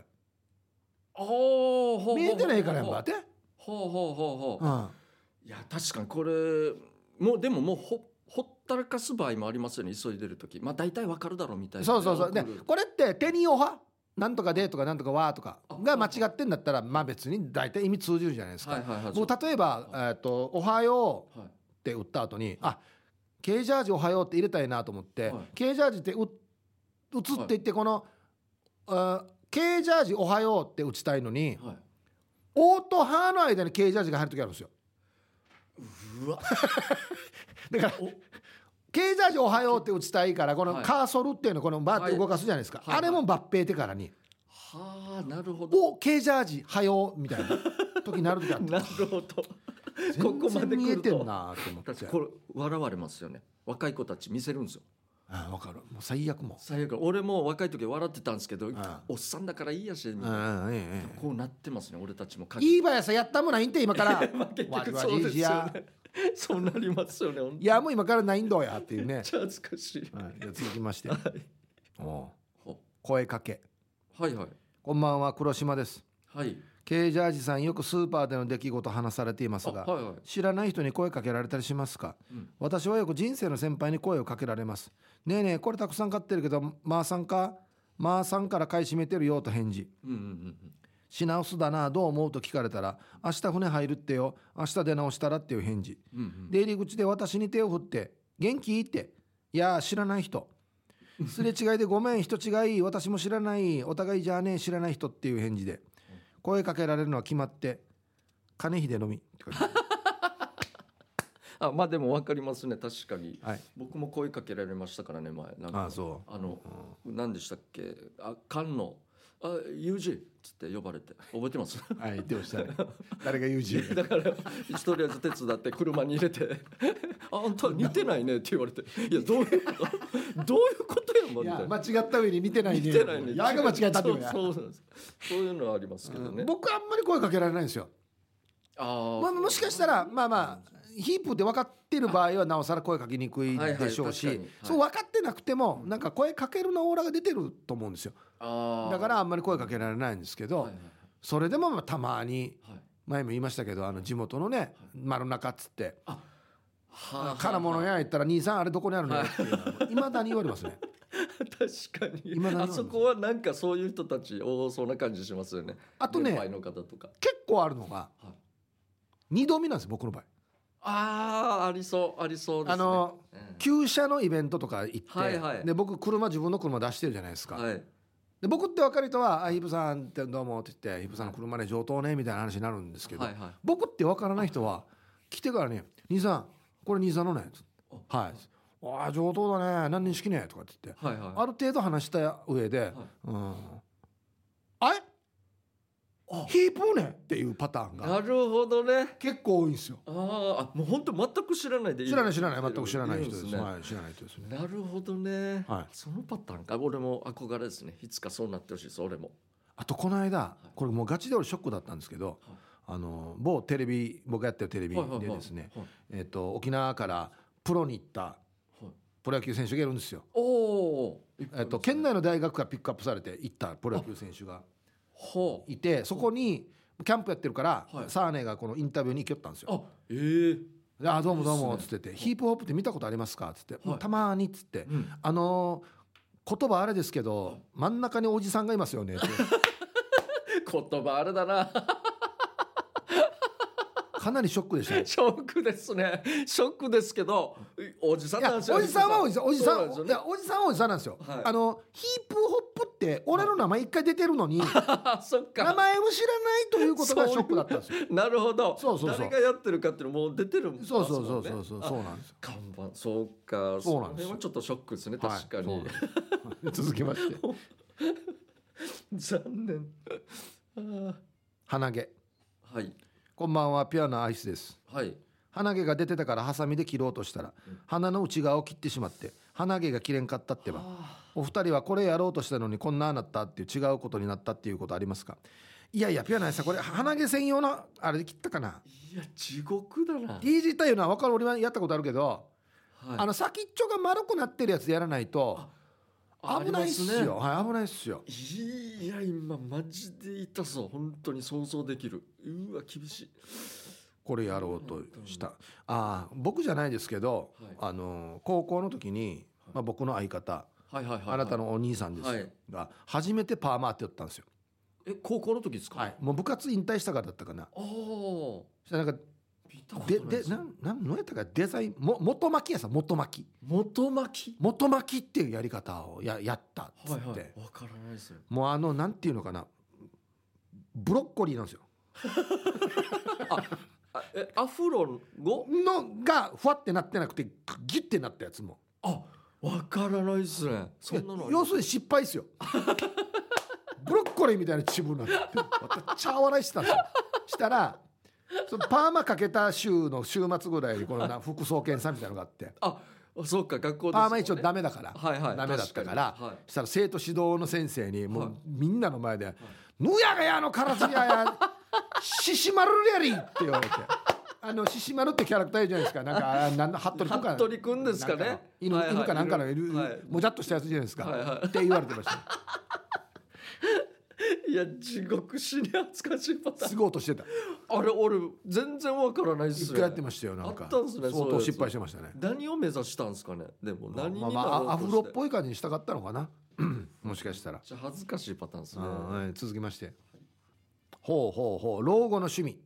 Speaker 1: あーほうほうほう
Speaker 2: 見えてないからやっぱって
Speaker 1: ほうほうほうほう
Speaker 2: うん
Speaker 1: いや確かにこれもうでももうほほったらかす場合もありますよね急いでる時まあ大体わかるだろうみたいな
Speaker 2: そうそうそうで
Speaker 1: 来る
Speaker 2: これって「手におは」なんとかでとかなんとかわとかが間違ってんだったらまあ別に大体意味通じるじゃないです
Speaker 1: はい
Speaker 2: か
Speaker 1: はいはい
Speaker 2: もう例えば「えーとおはよう」
Speaker 1: はい
Speaker 2: って打った後にあ軽ジャージおはようって入れたいなと思って、
Speaker 1: はい
Speaker 2: 軽ジャージってう打つって言ってこの、あ軽ジャージおはようって打ちたいのに
Speaker 1: はい
Speaker 2: 「お」と「は」の間に軽ジャージが入る時あるんですよ
Speaker 1: うわ
Speaker 2: だから軽ジャージおはようって打ちたいからこの
Speaker 1: はい
Speaker 2: カーソルっていうのこのバーって動かすじゃないですか、
Speaker 1: はいはい
Speaker 2: あれも抜兵ってからに
Speaker 1: はあなるほ
Speaker 2: 「
Speaker 1: ど
Speaker 2: お軽ジャージはよう」みたいな時になる時あ る
Speaker 1: なるほどこ
Speaker 2: 全
Speaker 1: こまで
Speaker 2: 然見
Speaker 1: 来
Speaker 2: え
Speaker 1: る
Speaker 2: てん
Speaker 1: と
Speaker 2: なと思っ
Speaker 1: 確か
Speaker 2: て
Speaker 1: に これ笑われますよね若い子たち見せるんですよ
Speaker 2: あ分かるもう最悪も
Speaker 1: 最悪俺も若い時笑ってたんですけど
Speaker 2: ああ
Speaker 1: おっさんだからいいやしみ
Speaker 2: う、
Speaker 1: たいな
Speaker 2: うんええええ
Speaker 1: こうなってますね俺たちも
Speaker 2: いいばやさやったもんないんて今から
Speaker 1: まあ結
Speaker 2: わり
Speaker 1: 局
Speaker 2: わ
Speaker 1: そう
Speaker 2: り
Speaker 1: です
Speaker 2: じ
Speaker 1: よ
Speaker 2: や
Speaker 1: ねそうなりますよね本当に
Speaker 2: いやもう今からないんだやっていう
Speaker 1: め
Speaker 2: ね
Speaker 1: っ、ちゃ恥ずかしい
Speaker 2: はい、じゃあ続きましておう
Speaker 1: ほ
Speaker 2: 声かけ
Speaker 1: はいはい
Speaker 2: こんばんは黒島です
Speaker 1: はい
Speaker 2: ケージャージさんよくスーパーでの出来事話されていま
Speaker 1: あ
Speaker 2: すが、
Speaker 1: はいはい
Speaker 2: 知らない人に声かけられたりしますか、
Speaker 1: うん
Speaker 2: 私はよく人生の先輩に声をかけられますねえねえこれたくさん買ってるけどまあさんかまあさんから買い占めてるよと返事
Speaker 1: うんうんうん
Speaker 2: 品薄だなどう思うと聞かれたら明日船入るってよ明日出直したらっていう返事
Speaker 1: うんうん
Speaker 2: 出入り口で私に手を振って「元気?」って「いやー知らない人」すれ違いで「ごめん人違い私も知らないお互いじゃあね知らない人」っていう返事で声かけられるのは決まって「金秀のみ」って書いてある
Speaker 1: あまあでも分かりますね確かに
Speaker 2: はい
Speaker 1: 僕も声かけられましたからね前なん
Speaker 2: あ
Speaker 1: か
Speaker 2: あそ
Speaker 1: あの何でしたっけあ菅野あ友人っつって呼ばれて覚えてます
Speaker 2: うはい言ってま したね誰が友人
Speaker 1: だからとりあえず手伝って車に入れて 「ああんた似てないね」って言われて「いやどういう ことどういうことやもん」みたいな。
Speaker 2: 違った上に似てな
Speaker 1: 似てないね。
Speaker 2: やが間違ったっ
Speaker 1: そ
Speaker 2: てこ
Speaker 1: う
Speaker 2: とや
Speaker 1: そうなんです。そういうのはありますけどね。
Speaker 2: 僕あんまり声かけられないんですよ
Speaker 1: ああ、
Speaker 2: まあ、もしかしたらまあまあヒープで分かってる場合はなおさら声かけにくいでしょうし、
Speaker 1: はいはい確かにはい
Speaker 2: そう分かってなくてもなんか声かけるのオーラが出てると思うんですよ
Speaker 1: ああ
Speaker 2: だからあんまり声かけられないんですけど、
Speaker 1: はいはい
Speaker 2: それでもまあたまに
Speaker 1: はい
Speaker 2: 前も言いましたけどあの地元のね丸中っつって
Speaker 1: はあ
Speaker 2: 金物屋行ったら「兄さんあれどこにあるの?」っていうのはいまだに言われます ね
Speaker 1: 確かに
Speaker 2: 未だにある
Speaker 1: あ
Speaker 2: んです
Speaker 1: そこはなんかそういう人たち多そうな感じしますよね
Speaker 2: あとね
Speaker 1: 年配の方とか
Speaker 2: 結構あるのが
Speaker 1: はい
Speaker 2: 二度見なんです僕の場合
Speaker 1: ああありそうありそうですね
Speaker 2: あの
Speaker 1: うん
Speaker 2: 旧車のイベントとか行って、
Speaker 1: はいはい
Speaker 2: で僕車自分の車出してるじゃないですか、
Speaker 1: はい
Speaker 2: で僕って若い人は「あヒブさんってどうも」って言って「ヒブさんの車で上等ね」みたいな話になるんですけど、
Speaker 1: はいはい
Speaker 2: 僕って分からない人は来てからね「兄さんこれ兄さんのね」はい」ああ上等だね何人式ね」とかって言って、
Speaker 1: はいはい
Speaker 2: ある程度話した上で「うんあれ
Speaker 1: あ
Speaker 2: ヒープーね」っていうパターンが
Speaker 1: なるほどね
Speaker 2: 結構多いんですよ
Speaker 1: あーあもう本当全く知らないで
Speaker 2: 知らない知らない全く知らない人
Speaker 1: い
Speaker 2: で
Speaker 1: る
Speaker 2: す
Speaker 1: んね
Speaker 2: はい、知らない人ですね
Speaker 1: なるほどね、
Speaker 2: はい
Speaker 1: そのパターンか俺も憧れですねいつかそうなってほしいです俺も
Speaker 2: あとこの間これもうガチで俺ショックだったんですけど、
Speaker 1: はい
Speaker 2: あの某テレビ僕がやってるテレビ
Speaker 1: はい
Speaker 2: でですね、
Speaker 1: はいはい
Speaker 2: えっと沖縄からプロに行った
Speaker 1: はい
Speaker 2: プロ野球選手がいるんですよ。
Speaker 1: おお
Speaker 2: えっと県内の大学がピックアップされて行ったプロ野球選手が
Speaker 1: ほう
Speaker 2: いてそこにキャンプやってるから、
Speaker 1: はい
Speaker 2: サーネがこのインタビューに行きよったんですよ。
Speaker 1: あえー、
Speaker 2: であどうもどう
Speaker 1: い
Speaker 2: も
Speaker 1: いっ
Speaker 2: っ
Speaker 1: すね
Speaker 2: つってて、ヒープホップって見たことありますか?」っつって、
Speaker 1: はい
Speaker 2: たまーに」っつって、
Speaker 1: うん
Speaker 2: あのー言葉あれですけど真ん中におじさんがいますよね」 って
Speaker 1: 言葉あれだな
Speaker 2: かなりショックでしたね。
Speaker 1: ショックですねショックですけどおじさん
Speaker 2: い
Speaker 1: な
Speaker 2: や
Speaker 1: ん
Speaker 2: お
Speaker 1: ですよ
Speaker 2: じさんはおじさんおじさ、
Speaker 1: そうんなんですよ
Speaker 2: い
Speaker 1: ね
Speaker 2: やおじさんはおじさんなんですよ、
Speaker 1: はい
Speaker 2: あのヒープホップって俺の名前一回出てるのに、
Speaker 1: あそっか
Speaker 2: 名前を知らないということがショックだったんですよ。
Speaker 1: なるほど
Speaker 2: そうそうそう
Speaker 1: 誰がやってるかっていうのもう出てるもん
Speaker 2: そうそうそう
Speaker 1: ね
Speaker 2: そうそうそうなんですよ。
Speaker 1: 看板そうか
Speaker 2: そうなんですよ
Speaker 1: れはちょっとショックですね
Speaker 2: はい
Speaker 1: 確かに、
Speaker 2: そうなんです続きまして
Speaker 1: 残念あ
Speaker 2: 鼻毛
Speaker 1: ーはい
Speaker 2: こんばんはピュアなアイスです。
Speaker 1: はい
Speaker 2: 鼻毛が出てたからハサミで切ろうとしたら鼻の内側を切ってしまって鼻毛が切れんかったってば
Speaker 1: あ
Speaker 2: お二人はこれやろうとしたのにこんななったっていう違うことになったっていうことありますかいやいやピュアなアイスさんこれ鼻毛専用のあれで切ったかない
Speaker 1: や地獄だな、
Speaker 2: イージータイルのは分かる俺はやったことあるけど
Speaker 1: はい
Speaker 2: あの先っちょが丸くなってるやつでやらないと危ないっす
Speaker 1: あり
Speaker 2: よ
Speaker 1: ま
Speaker 2: はい危ないっすよ
Speaker 1: すねいや今マジで痛そう本当に想像できるうわ厳しい
Speaker 2: これやろうとしたああ僕じゃないですけど、
Speaker 1: は
Speaker 2: あの高校の時に、まあ、僕の相方、
Speaker 1: はいはいはい、はい、
Speaker 2: あなたのお兄さんですよ、
Speaker 1: はい
Speaker 2: が初めてパーマって言ったんですよ、
Speaker 1: え高校の時ですか、あ
Speaker 2: もう部活引退したからだったかな
Speaker 1: あー
Speaker 2: そしたらなんか
Speaker 1: 見たこと
Speaker 2: で
Speaker 1: ない
Speaker 2: で
Speaker 1: です
Speaker 2: なんなん何やったかデザインも元巻きやさ元巻き
Speaker 1: 元巻き
Speaker 2: 元巻きっていうやり方をややったっつ
Speaker 1: は
Speaker 2: っ
Speaker 1: い
Speaker 2: て、
Speaker 1: はいわからないですよ
Speaker 2: もうあのなんていうのかなブロッコリーなんですよ
Speaker 1: あえアフロ後
Speaker 2: のがふわってなってなくてギュッてなったやつも
Speaker 1: あわからないですねそんなのありま
Speaker 2: 要するに失敗ですよ ブロッコリーみたいなチブになって私茶笑いしてたんですよしたらそのパーマかけた週の週末ぐらいにこのな副総研さんみたいなのがあって
Speaker 1: ああそうか学校ですもんね
Speaker 2: パーマ一応ダメだから、
Speaker 1: はいはい
Speaker 2: ダメだったから
Speaker 1: 確かにはい
Speaker 2: したら生徒指導の先生にも
Speaker 1: はいう
Speaker 2: みんなの前で「ぬやがやのからずややししまるやり」って言われてあの獅子丸ってキャラクターいるじゃないですかなんかあなんだ服部君か
Speaker 1: 服部君ですかね
Speaker 2: なん犬,、
Speaker 1: はいはい
Speaker 2: 犬かなんかのいる、
Speaker 1: はい
Speaker 2: もじゃっとしたやつじゃないですか、
Speaker 1: はいはい
Speaker 2: って言われて ました
Speaker 1: いや地獄死に懐かしいパターン
Speaker 2: すごい音してた
Speaker 1: あれ俺全然わからないっ
Speaker 2: 一
Speaker 1: す
Speaker 2: 回や
Speaker 1: よ
Speaker 2: ってましたよなんか
Speaker 1: あったんすね
Speaker 2: 相
Speaker 1: そういう
Speaker 2: 当
Speaker 1: やつ
Speaker 2: 失敗してましたね
Speaker 1: 何を目指したんですかねでも何に
Speaker 2: まあま
Speaker 1: なろう
Speaker 2: あ、ア
Speaker 1: とし
Speaker 2: フ
Speaker 1: て
Speaker 2: ロっぽい感じにしたかったのかなもしかしたら
Speaker 1: めっちゃ恥ずかしいパターンですね
Speaker 2: うん
Speaker 1: は
Speaker 2: はい、続きましてほうほうほう老後の趣味、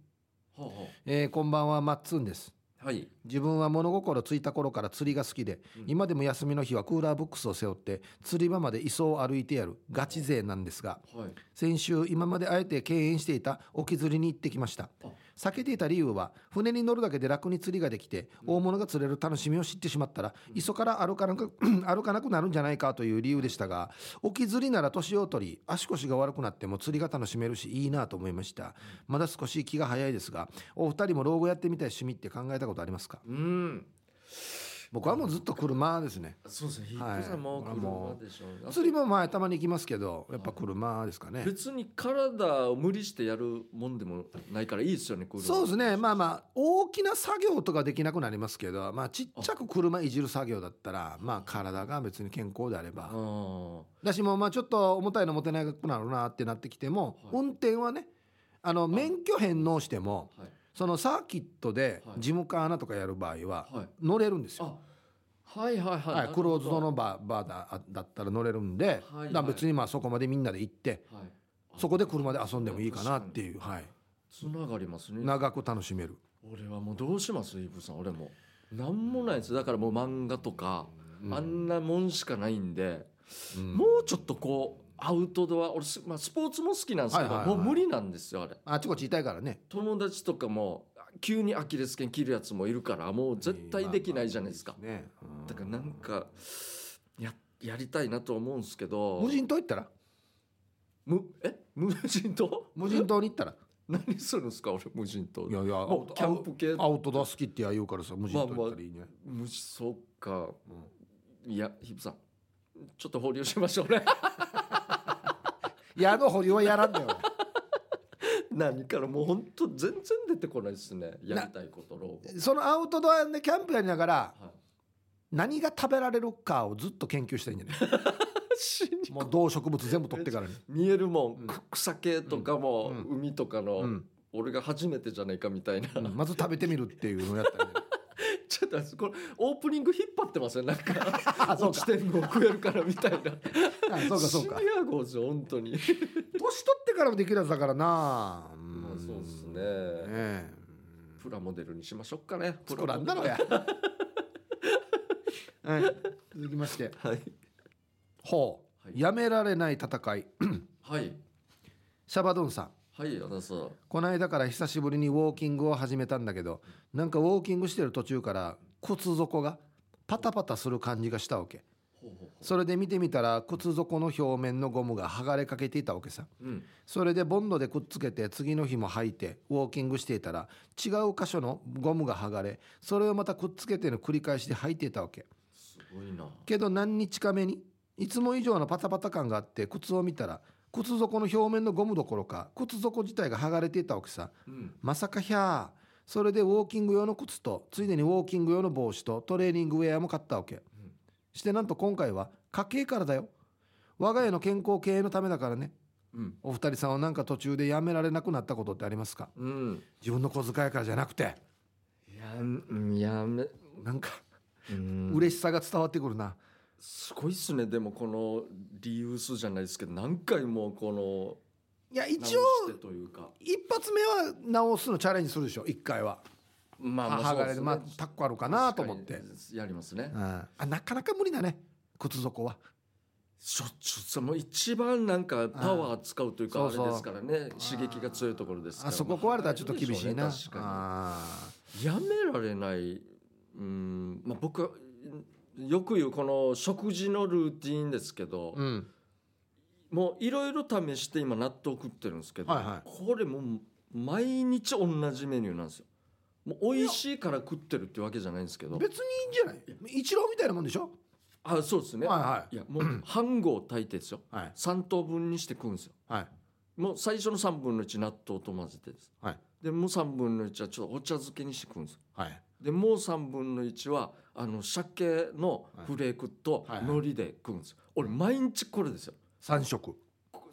Speaker 1: あは
Speaker 2: えーこんばんはマッツンです
Speaker 1: あはい
Speaker 2: 自分は物心ついた頃から釣りが好きで、今でも休みの日はクーラーボックスを背負って釣り場まで磯を歩いてやるガチ勢なんですが
Speaker 1: はい
Speaker 2: 先週今まであえて敬遠していた沖釣りに行ってきました
Speaker 1: あ
Speaker 2: 避けていた理由は船に乗るだけで楽に釣りができて大物が釣れる楽しみを知ってしまったら磯から歩か なく歩かなくなるんじゃないかという理由でしたが沖釣りなら年を取り足腰が悪くなっても釣りが楽しめるしいいなと思いましたまだ少し気が早いですがお二人も老後やってみたい趣味って考えたことありますか
Speaker 1: うん
Speaker 2: 僕はもうずっと車ですね
Speaker 1: そうですね引っ
Speaker 2: はい
Speaker 1: 越さんも
Speaker 2: あも
Speaker 1: 車で
Speaker 2: う
Speaker 1: しょうね
Speaker 2: 釣りもまあたまに行きますけどやっぱ車ですかね
Speaker 1: 別に体を無理してやるもんでもないからいいですよね車
Speaker 2: そうですねまあまあ大きな作業とかできなくなりますけど、まあ、ちっちゃく車いじる作業だったらまあ体が別に健康であれば、
Speaker 1: あ
Speaker 2: だしもうまあちょっと重たいの持てなくなるなってなってきても、
Speaker 1: はい
Speaker 2: 運転はねあの免許返納しても
Speaker 1: あはい
Speaker 2: そのサーキットで
Speaker 1: はい
Speaker 2: 事務官穴とかやる場合は
Speaker 1: はい
Speaker 2: 乗れるんですよ。
Speaker 1: あはいはいはい、
Speaker 2: はい、クローズド
Speaker 1: は
Speaker 2: のバーバーだだったら乗れるんで、
Speaker 1: はい
Speaker 2: だから別にまあそこまでみんなで行って
Speaker 1: い、
Speaker 2: そこで車で遊んでもいいかなっていう、はい、
Speaker 1: つながりますね
Speaker 2: 長く楽しめる。
Speaker 1: 俺はもうどうしますイブさん俺もなんもないですだからもう漫画とか、
Speaker 2: うん
Speaker 1: あんなもんしかないんで、
Speaker 2: うん
Speaker 1: もうちょっとこうアウトドア俺ス,、まあ、スポーツも好きなんですけど、
Speaker 2: はいはいはい
Speaker 1: もう無理なんですよあれ
Speaker 2: あちこち痛いからね
Speaker 1: 友達とかも急にアキレス腱切るやつもいるからもう絶対できないじゃないですか、
Speaker 2: ね、
Speaker 1: だからなんかややりたいなとは思うんですけど
Speaker 2: 無人島行ったら
Speaker 1: むえ無人島
Speaker 2: 無人島に行ったら
Speaker 1: 何するんですか俺無人島
Speaker 2: いやいやア
Speaker 1: も
Speaker 2: ウ
Speaker 1: う
Speaker 2: ト
Speaker 1: キャンプ系
Speaker 2: アウトドア好きって言うからさ無人島行ったらいいね、
Speaker 1: 無事そうか、いやヒブさんちょっと保留しましょう ね
Speaker 2: 宿保留はやらんだよ
Speaker 1: 何からもう本当全然出てこないですねやりたいこと老後
Speaker 2: 俺そのアウトドアでキャンプやりながら
Speaker 1: はい
Speaker 2: 何が食べられるかをずっと研究したいんじ ゃない
Speaker 1: 死に
Speaker 2: もう動植物全部取ってからに、
Speaker 1: 見えるもん、
Speaker 2: うん
Speaker 1: く草系とかも、
Speaker 2: うん
Speaker 1: 海とかの、
Speaker 2: うん
Speaker 1: 俺が初めてじゃないかみたいな、
Speaker 2: うんまず食べてみるっていうのをやったらいいん じゃない
Speaker 1: ちょっと待ってこれオープニング引っ張ってますよなんか
Speaker 2: あそう
Speaker 1: 落ちて
Speaker 2: か
Speaker 1: んのを食えるからみたいな
Speaker 2: あそうかそうか
Speaker 1: シニア号じゃ本当に
Speaker 2: 年取ってからもできるやつだからなうん
Speaker 1: まあそうっすね
Speaker 2: え
Speaker 1: プラモデルにしましょうかね
Speaker 2: 作らんだろう や、はい、続きまして
Speaker 1: はい
Speaker 2: ほう、
Speaker 1: はい
Speaker 2: やめられない戦い
Speaker 1: はい
Speaker 2: シャバドゥンさん
Speaker 1: はいアナウンサー
Speaker 2: この間から久しぶりにウォーキングを始めたんだけどなんかウォーキングしてる途中から靴底がパタパタする感じがしたわけ
Speaker 1: ほうほうほ
Speaker 2: それで見てみたら靴底の表面のゴムが剥がれかけていたわけさ
Speaker 1: ううん
Speaker 2: それでボンドでくっつけて次の日も履いてウォーキングしていたら違う箇所のゴムが剥がれそれをまたくっつけての繰り返しで履いていたわけ
Speaker 1: すごいな
Speaker 2: けど何日か目にいつも以上のパタパタ感があって靴を見たら靴底の表面のゴムどころか靴底自体が剥がれていたわけさ
Speaker 1: うん
Speaker 2: まさかひゃーそれでウォーキング用の靴とついでにウォーキング用の帽子とトレーニングウェアも買ったわけ、してなんと今回は家計からだよ我が家の健康経営のためだからね
Speaker 1: うん
Speaker 2: お二人さんはなんか途中でやめられなくなったことってありますか
Speaker 1: うん
Speaker 2: 自分の小遣いからじゃなくて
Speaker 1: やんやめ
Speaker 2: なんか
Speaker 1: うん
Speaker 2: 嬉しさが伝わってくるな、
Speaker 1: すごいっすねでもこのリユースじゃないですけど何回もこ
Speaker 2: いや
Speaker 1: の
Speaker 2: 一応
Speaker 1: 直してというか
Speaker 2: 一発目は直すのチャレンジするでしょ一回は
Speaker 1: ま
Speaker 2: 母が
Speaker 1: そうっ
Speaker 2: れ
Speaker 1: す
Speaker 2: で
Speaker 1: ね
Speaker 2: まあタッコあるかなと思って
Speaker 1: 確、かにやりますね
Speaker 2: うん、あなかなか無理だね靴底は
Speaker 1: しょっちゅうその一番なんかパワー使うというか
Speaker 2: う
Speaker 1: あ
Speaker 2: ん
Speaker 1: れ
Speaker 2: そうそう
Speaker 1: ですからね刺激が強いところですから
Speaker 2: あそこ壊れたらちょっと厳しいな、
Speaker 1: まあ確か
Speaker 2: あ
Speaker 1: にやめられないうんまあ僕はうんよく言うこの食事のルーティンですけど
Speaker 2: ー、うん
Speaker 1: もういろいろ試して今納豆食ってるんですけど、
Speaker 2: はいはい
Speaker 1: これもう毎日同じメニューなんですよもう美味しいから食ってるってわけじゃないんですけど
Speaker 2: 別にいいんじゃない一郎みたいなもんでしょ
Speaker 1: あそうですね、
Speaker 2: はいはい
Speaker 1: いやもう半合炊いてですよ
Speaker 2: はい
Speaker 1: 3等分にして食うんですよ
Speaker 2: はい
Speaker 1: もう最初の3分の1納豆と混ぜてです
Speaker 2: はい
Speaker 1: でもう3分の1はちょっとお茶漬けにしてくんです
Speaker 2: はい
Speaker 1: でもう3分の1はあの鮭のフレークと
Speaker 2: はいはい
Speaker 1: 海苔で食うんです、俺毎日これですよ
Speaker 2: 三色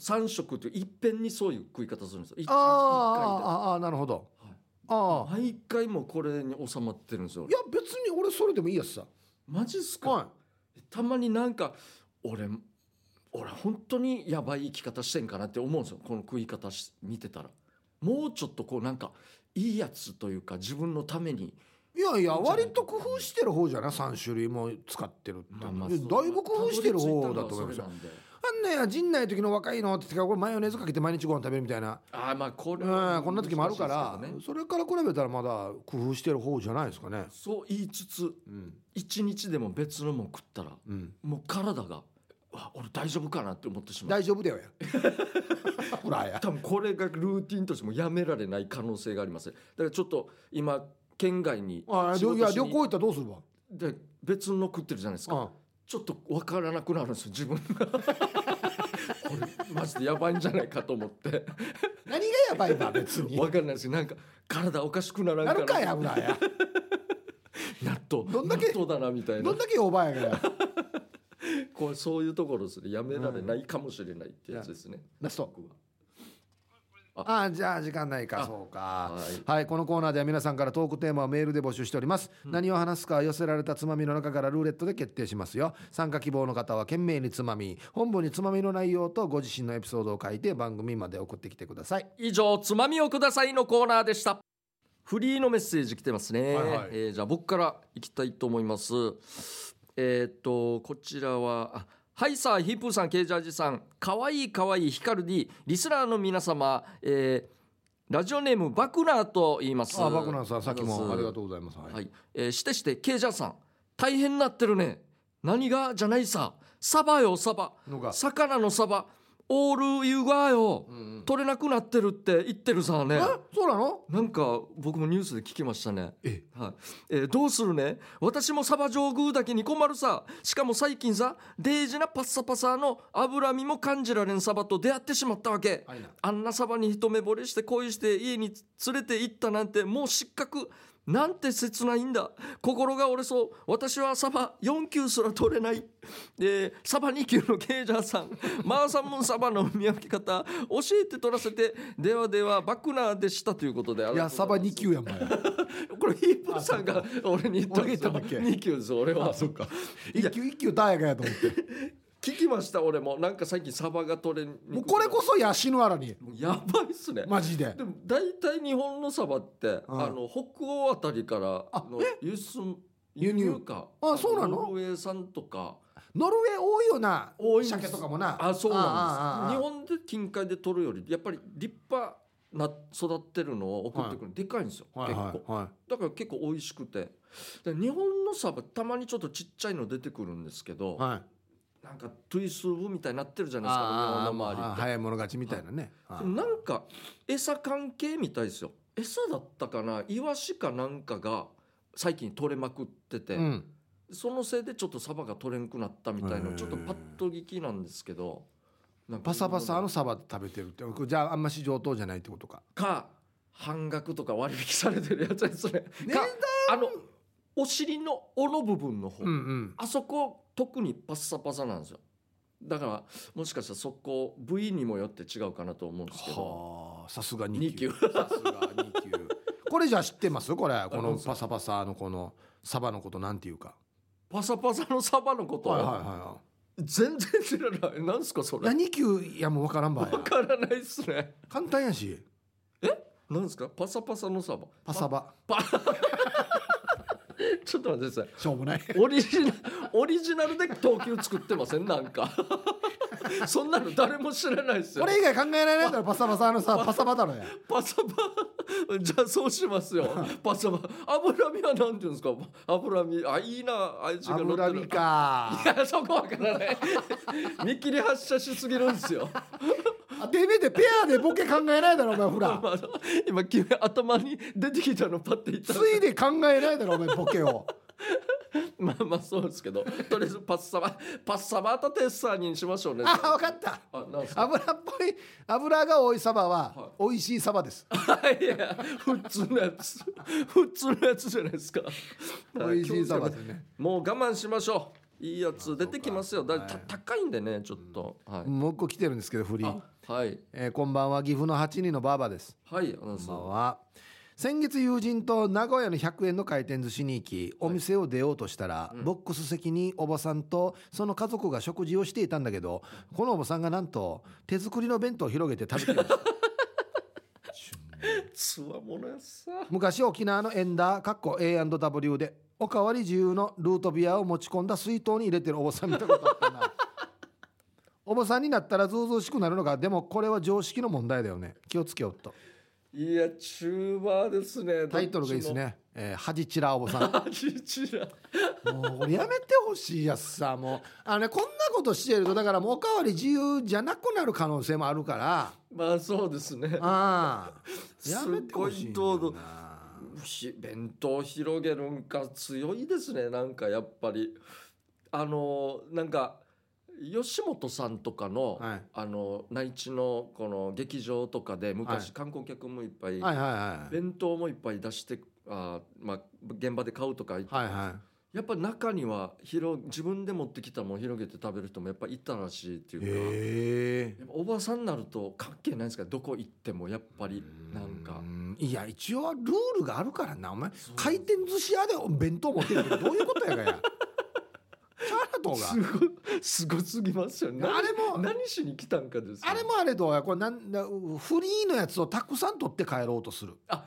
Speaker 1: 3食っていっぺんにそういう食い方するんですよ一
Speaker 2: あー
Speaker 1: 一
Speaker 2: あーあーなるほど、
Speaker 1: はい
Speaker 2: ああ
Speaker 1: 回で毎回もうこれに収まってるんですよ
Speaker 2: いや別に俺それでもいいやつさ
Speaker 1: マジっすか、
Speaker 2: はい
Speaker 1: たまになんか俺俺本当にやばい生き方してんかなって思うんですよこの食い方し見てたらもうちょっとこうなんかいいやつというか自分のために
Speaker 2: いやいや割と工夫してる方じゃない3種類も使ってるって、だいぶ工夫してる方だと思いますよあんなや陣内時の若いのって言ってからこれマヨネーズかけて毎日ご飯食べるみたいな、
Speaker 1: ああまあこ
Speaker 2: う
Speaker 1: れ
Speaker 2: ん、こんな時もあるから、
Speaker 1: 難しいですけどね
Speaker 2: それから比べたらまだ工夫してる方じゃないですかね
Speaker 1: そう言いつつ
Speaker 2: うん
Speaker 1: 一日でも別のもん食ったら
Speaker 2: うん
Speaker 1: もう体があ俺大丈夫かなって思ってしまう
Speaker 2: 大丈夫だよ やほらや
Speaker 1: 多分これがルーティンとしてもやめられない可能性がありますだからちょっと今県外に
Speaker 2: あ
Speaker 1: 仕事しに
Speaker 2: いや旅行行ったらどうするわ
Speaker 1: で別の食ってるじゃないですか
Speaker 2: あ
Speaker 1: ちょっと分からなくなるんですよ自分がこれマジでやばいんじゃないかと思って
Speaker 2: 何がやばいんだ別に
Speaker 1: 分かんないですなんか体おかしくならんか
Speaker 2: な
Speaker 1: な
Speaker 2: るかやほ らや
Speaker 1: 納豆
Speaker 2: どんだけ
Speaker 1: 納豆だなみたいな
Speaker 2: どんだけおばやがや
Speaker 1: こうそういうところですねやめられないかもしれ ないってやつですね、
Speaker 2: ラスト
Speaker 1: 僕は
Speaker 2: ああじゃあ時間ないか
Speaker 1: あ
Speaker 2: そうかは
Speaker 1: はいい、
Speaker 2: このコーナーでは皆さんからトークテーマをメールで募集しております、何を話すかは寄せられたつまみの中からルーレットで決定しますよ参加希望の方は懸命につまみ本文につまみの内容とご自身のエピソードを書いて番組まで送ってきてください
Speaker 1: 以上「つまみをください」のコーナーでしたフリーのメッセージ来てますね、
Speaker 2: はいはい
Speaker 1: えーじゃあ僕からいきたいと思いますえーっとこちらはあはいさあヒープーさんケージャージさんかわいいかわいいヒカルディリスナーの皆様、えーラジオネームバクナーと言います
Speaker 2: あバクナーさんさっきもありが
Speaker 1: う
Speaker 2: とうございます、はい
Speaker 1: はい、えーしてしてケージャーさん大変なってるね何がじゃないさサバよサバ
Speaker 2: のが
Speaker 1: 魚のサバオールユーガーよ、
Speaker 2: うんうん
Speaker 1: 取れなくなってるって言ってるさね
Speaker 2: えそうなの
Speaker 1: なんか僕もニュースで聞きましたね
Speaker 2: え
Speaker 1: はいえーどうするね私もサバ上宮だけに困るさしかも最近さデージなパッサパサの脂身も感じられんサバと出会ってしまったわけ
Speaker 2: あいな
Speaker 1: あんなサバに一目惚れして恋して家に連れて行ったなんてもう失格なんて切ないんだ心が折れそう私はサバ4級すら取れないでサバ2級のケイジャーさんマーサムンサバの見分け方教えて取らせてではではバクナーでしたということであ
Speaker 2: い
Speaker 1: りが
Speaker 2: や
Speaker 1: とう
Speaker 2: サ
Speaker 1: ござい
Speaker 2: バ
Speaker 1: ます
Speaker 2: 2級やもんや
Speaker 1: これヒープーさんが俺に言ったんですよ
Speaker 2: 俺が言ったんだっけ
Speaker 1: 2級です俺はそっか
Speaker 2: 1級1級大やがやと思って
Speaker 1: 聞きました俺もなんか最近サバが取れにく
Speaker 2: もうこれこそヤシのあらに
Speaker 1: もうやばいっすね
Speaker 2: マジで
Speaker 1: でも大体日本のサバって、
Speaker 2: うん
Speaker 1: あの北欧あたりからの輸出
Speaker 2: 輸入
Speaker 1: か
Speaker 2: あそうなの
Speaker 1: ノルウェー産とか
Speaker 2: ノルウェー多いよな
Speaker 1: 多いんです
Speaker 2: 鮭とかもな
Speaker 1: あそう
Speaker 2: あああ
Speaker 1: なんで
Speaker 2: あ
Speaker 1: す日本で近海で取るよりやっぱり立派な育ってるのを送ってくる、でかいんですよ、
Speaker 2: はい
Speaker 1: 結構、
Speaker 2: はいはい
Speaker 1: だから結構美味しくてで日本のサバたまにちょっとちっちゃいの出てくるんですけど、
Speaker 2: はい、
Speaker 1: なんかトゥイスーブみたいになってるじゃないですか
Speaker 2: あ
Speaker 1: 日
Speaker 2: あ
Speaker 1: 本の周りって
Speaker 2: ああ早い者勝ちみたいなね、はい
Speaker 1: なんか餌関係みたいですよ餌だったかなイワシかなんかが最近取れまくってて、
Speaker 2: うん、
Speaker 1: そのせいでちょっとサバが取れんくなったみたい
Speaker 2: へー
Speaker 1: なちょっとパッと聞きなんですけどなんか
Speaker 2: パサパサのサバ食べてるってこれじゃああんまし上等じゃないってことか
Speaker 1: か半額とか割引されてるやつですね
Speaker 2: 値
Speaker 1: か
Speaker 2: 段
Speaker 1: あのお尻の尾の部分の方、
Speaker 2: うんうん
Speaker 1: あそこ特にパッサパサなんですよだからもしかしたらそこ部位にもよって違うかなと思うんですけど
Speaker 2: はあさすが2
Speaker 1: 二
Speaker 2: 級
Speaker 1: 級
Speaker 2: さすが2級 これじゃあ知ってますこれこ
Speaker 1: どう
Speaker 2: の
Speaker 1: ですか
Speaker 2: パサパサのこのサバのことなんていうか
Speaker 1: パサパサのサバのこと
Speaker 2: はいはいは
Speaker 1: 全然知らない。なんすかそ
Speaker 2: いいや
Speaker 1: れ。
Speaker 2: 2級いやもう分からんばや
Speaker 1: わからないっすね。
Speaker 2: 簡単やし
Speaker 1: なんですかパサパサのサバ。
Speaker 2: パサバ
Speaker 1: ちょっと待ってくださ
Speaker 2: しょうもない
Speaker 1: い。オリジナル、オリジナルで東急作ってませんなんか。そんなの誰も知らないっすよ。
Speaker 2: これ以外考えられ ないからパサパサのさパサバだろや
Speaker 1: パサバ。じゃあそうしますよ。パサバ。脂身はなんていうんですか脂身。あ、いいな。味が乗ってる。
Speaker 2: 脂身。か
Speaker 1: いや、そこわからない。 見切り発車しすぎるんです よ。
Speaker 2: あてめえでペアでボケ考えないだろお前ほら
Speaker 1: まあ今、君頭に出てきたのパッて言ったんですけど
Speaker 2: ついで考えないだろお前ボケを
Speaker 1: まあまあそうですけどとりあえずパッサバパッサバタテッサーにしましょうね
Speaker 2: あ分かった
Speaker 1: あなんすか
Speaker 2: 油っぽい油が多いサバは
Speaker 1: は
Speaker 2: 美味しいサバです、
Speaker 1: いや普通のやつ 普通のやつじゃないです か
Speaker 2: 美味しいサバですね
Speaker 1: もう我慢しましょういいやつ出てきますよだた高いんでねちょっとはい、
Speaker 2: もう一個来てるんですけどフリー、
Speaker 1: あはい
Speaker 2: えーこんばんは岐阜の8人のバーバです
Speaker 1: はいアナウンサ
Speaker 2: こんばん
Speaker 1: ー
Speaker 2: は先月友人と名古屋の100円の回転寿司に行きお店を出ようとしたら、ボックス席におばさんとその家族が食事をしていたんだけどこのおばさんがなんと手作りの弁当を広げて食べていました
Speaker 1: つわものやさ
Speaker 2: 昔沖縄のエンダーかっこ A&W でおかわり自由のルートビアを持ち込んだ水筒に入れてるおばさん見たことあったな おばさんになったらずうずうしくなるのかでもこれは常識の問題だよね気をつけよっと
Speaker 1: いやチューバーですね
Speaker 2: タイトルがいいですね「えー恥ちらおばさん」
Speaker 1: どっちも 恥じら
Speaker 2: もう俺やめてほしいやつさもうあのねこんなことしてるとだからもうおかわり自由じゃなくなる可能性もあるから
Speaker 1: まあそうですね
Speaker 2: ああやめてほしいんだよ
Speaker 1: すごい糖度
Speaker 2: な
Speaker 1: ひ弁当広げるんか強いですねなんかやっぱりあのなんか吉本さんとかの、
Speaker 2: はい
Speaker 1: あの内地のこの劇場とかで昔観光客もいっぱい、
Speaker 2: はいはいはい
Speaker 1: 弁当もいっぱい出してあー、まあ、現場で買うとか、
Speaker 2: はいは
Speaker 1: やっぱり中には広自分で持ってきたもん広げて食べる人もやっぱいたらしいってい
Speaker 2: いう
Speaker 1: か、
Speaker 2: へえ
Speaker 1: やっぱおばさんになると関係ないんですかどこ行ってもやっぱりなんか
Speaker 2: いや一応ルールがあるからなお前回転寿司屋で弁当持ってるってどういうことや かやチャーラトが
Speaker 1: すご すごすぎますよね
Speaker 2: あれも
Speaker 1: 何しに来たんかですよ
Speaker 2: あれもあれどうやこれなんだフリーのやつをたくさん取って帰ろうとする
Speaker 1: あ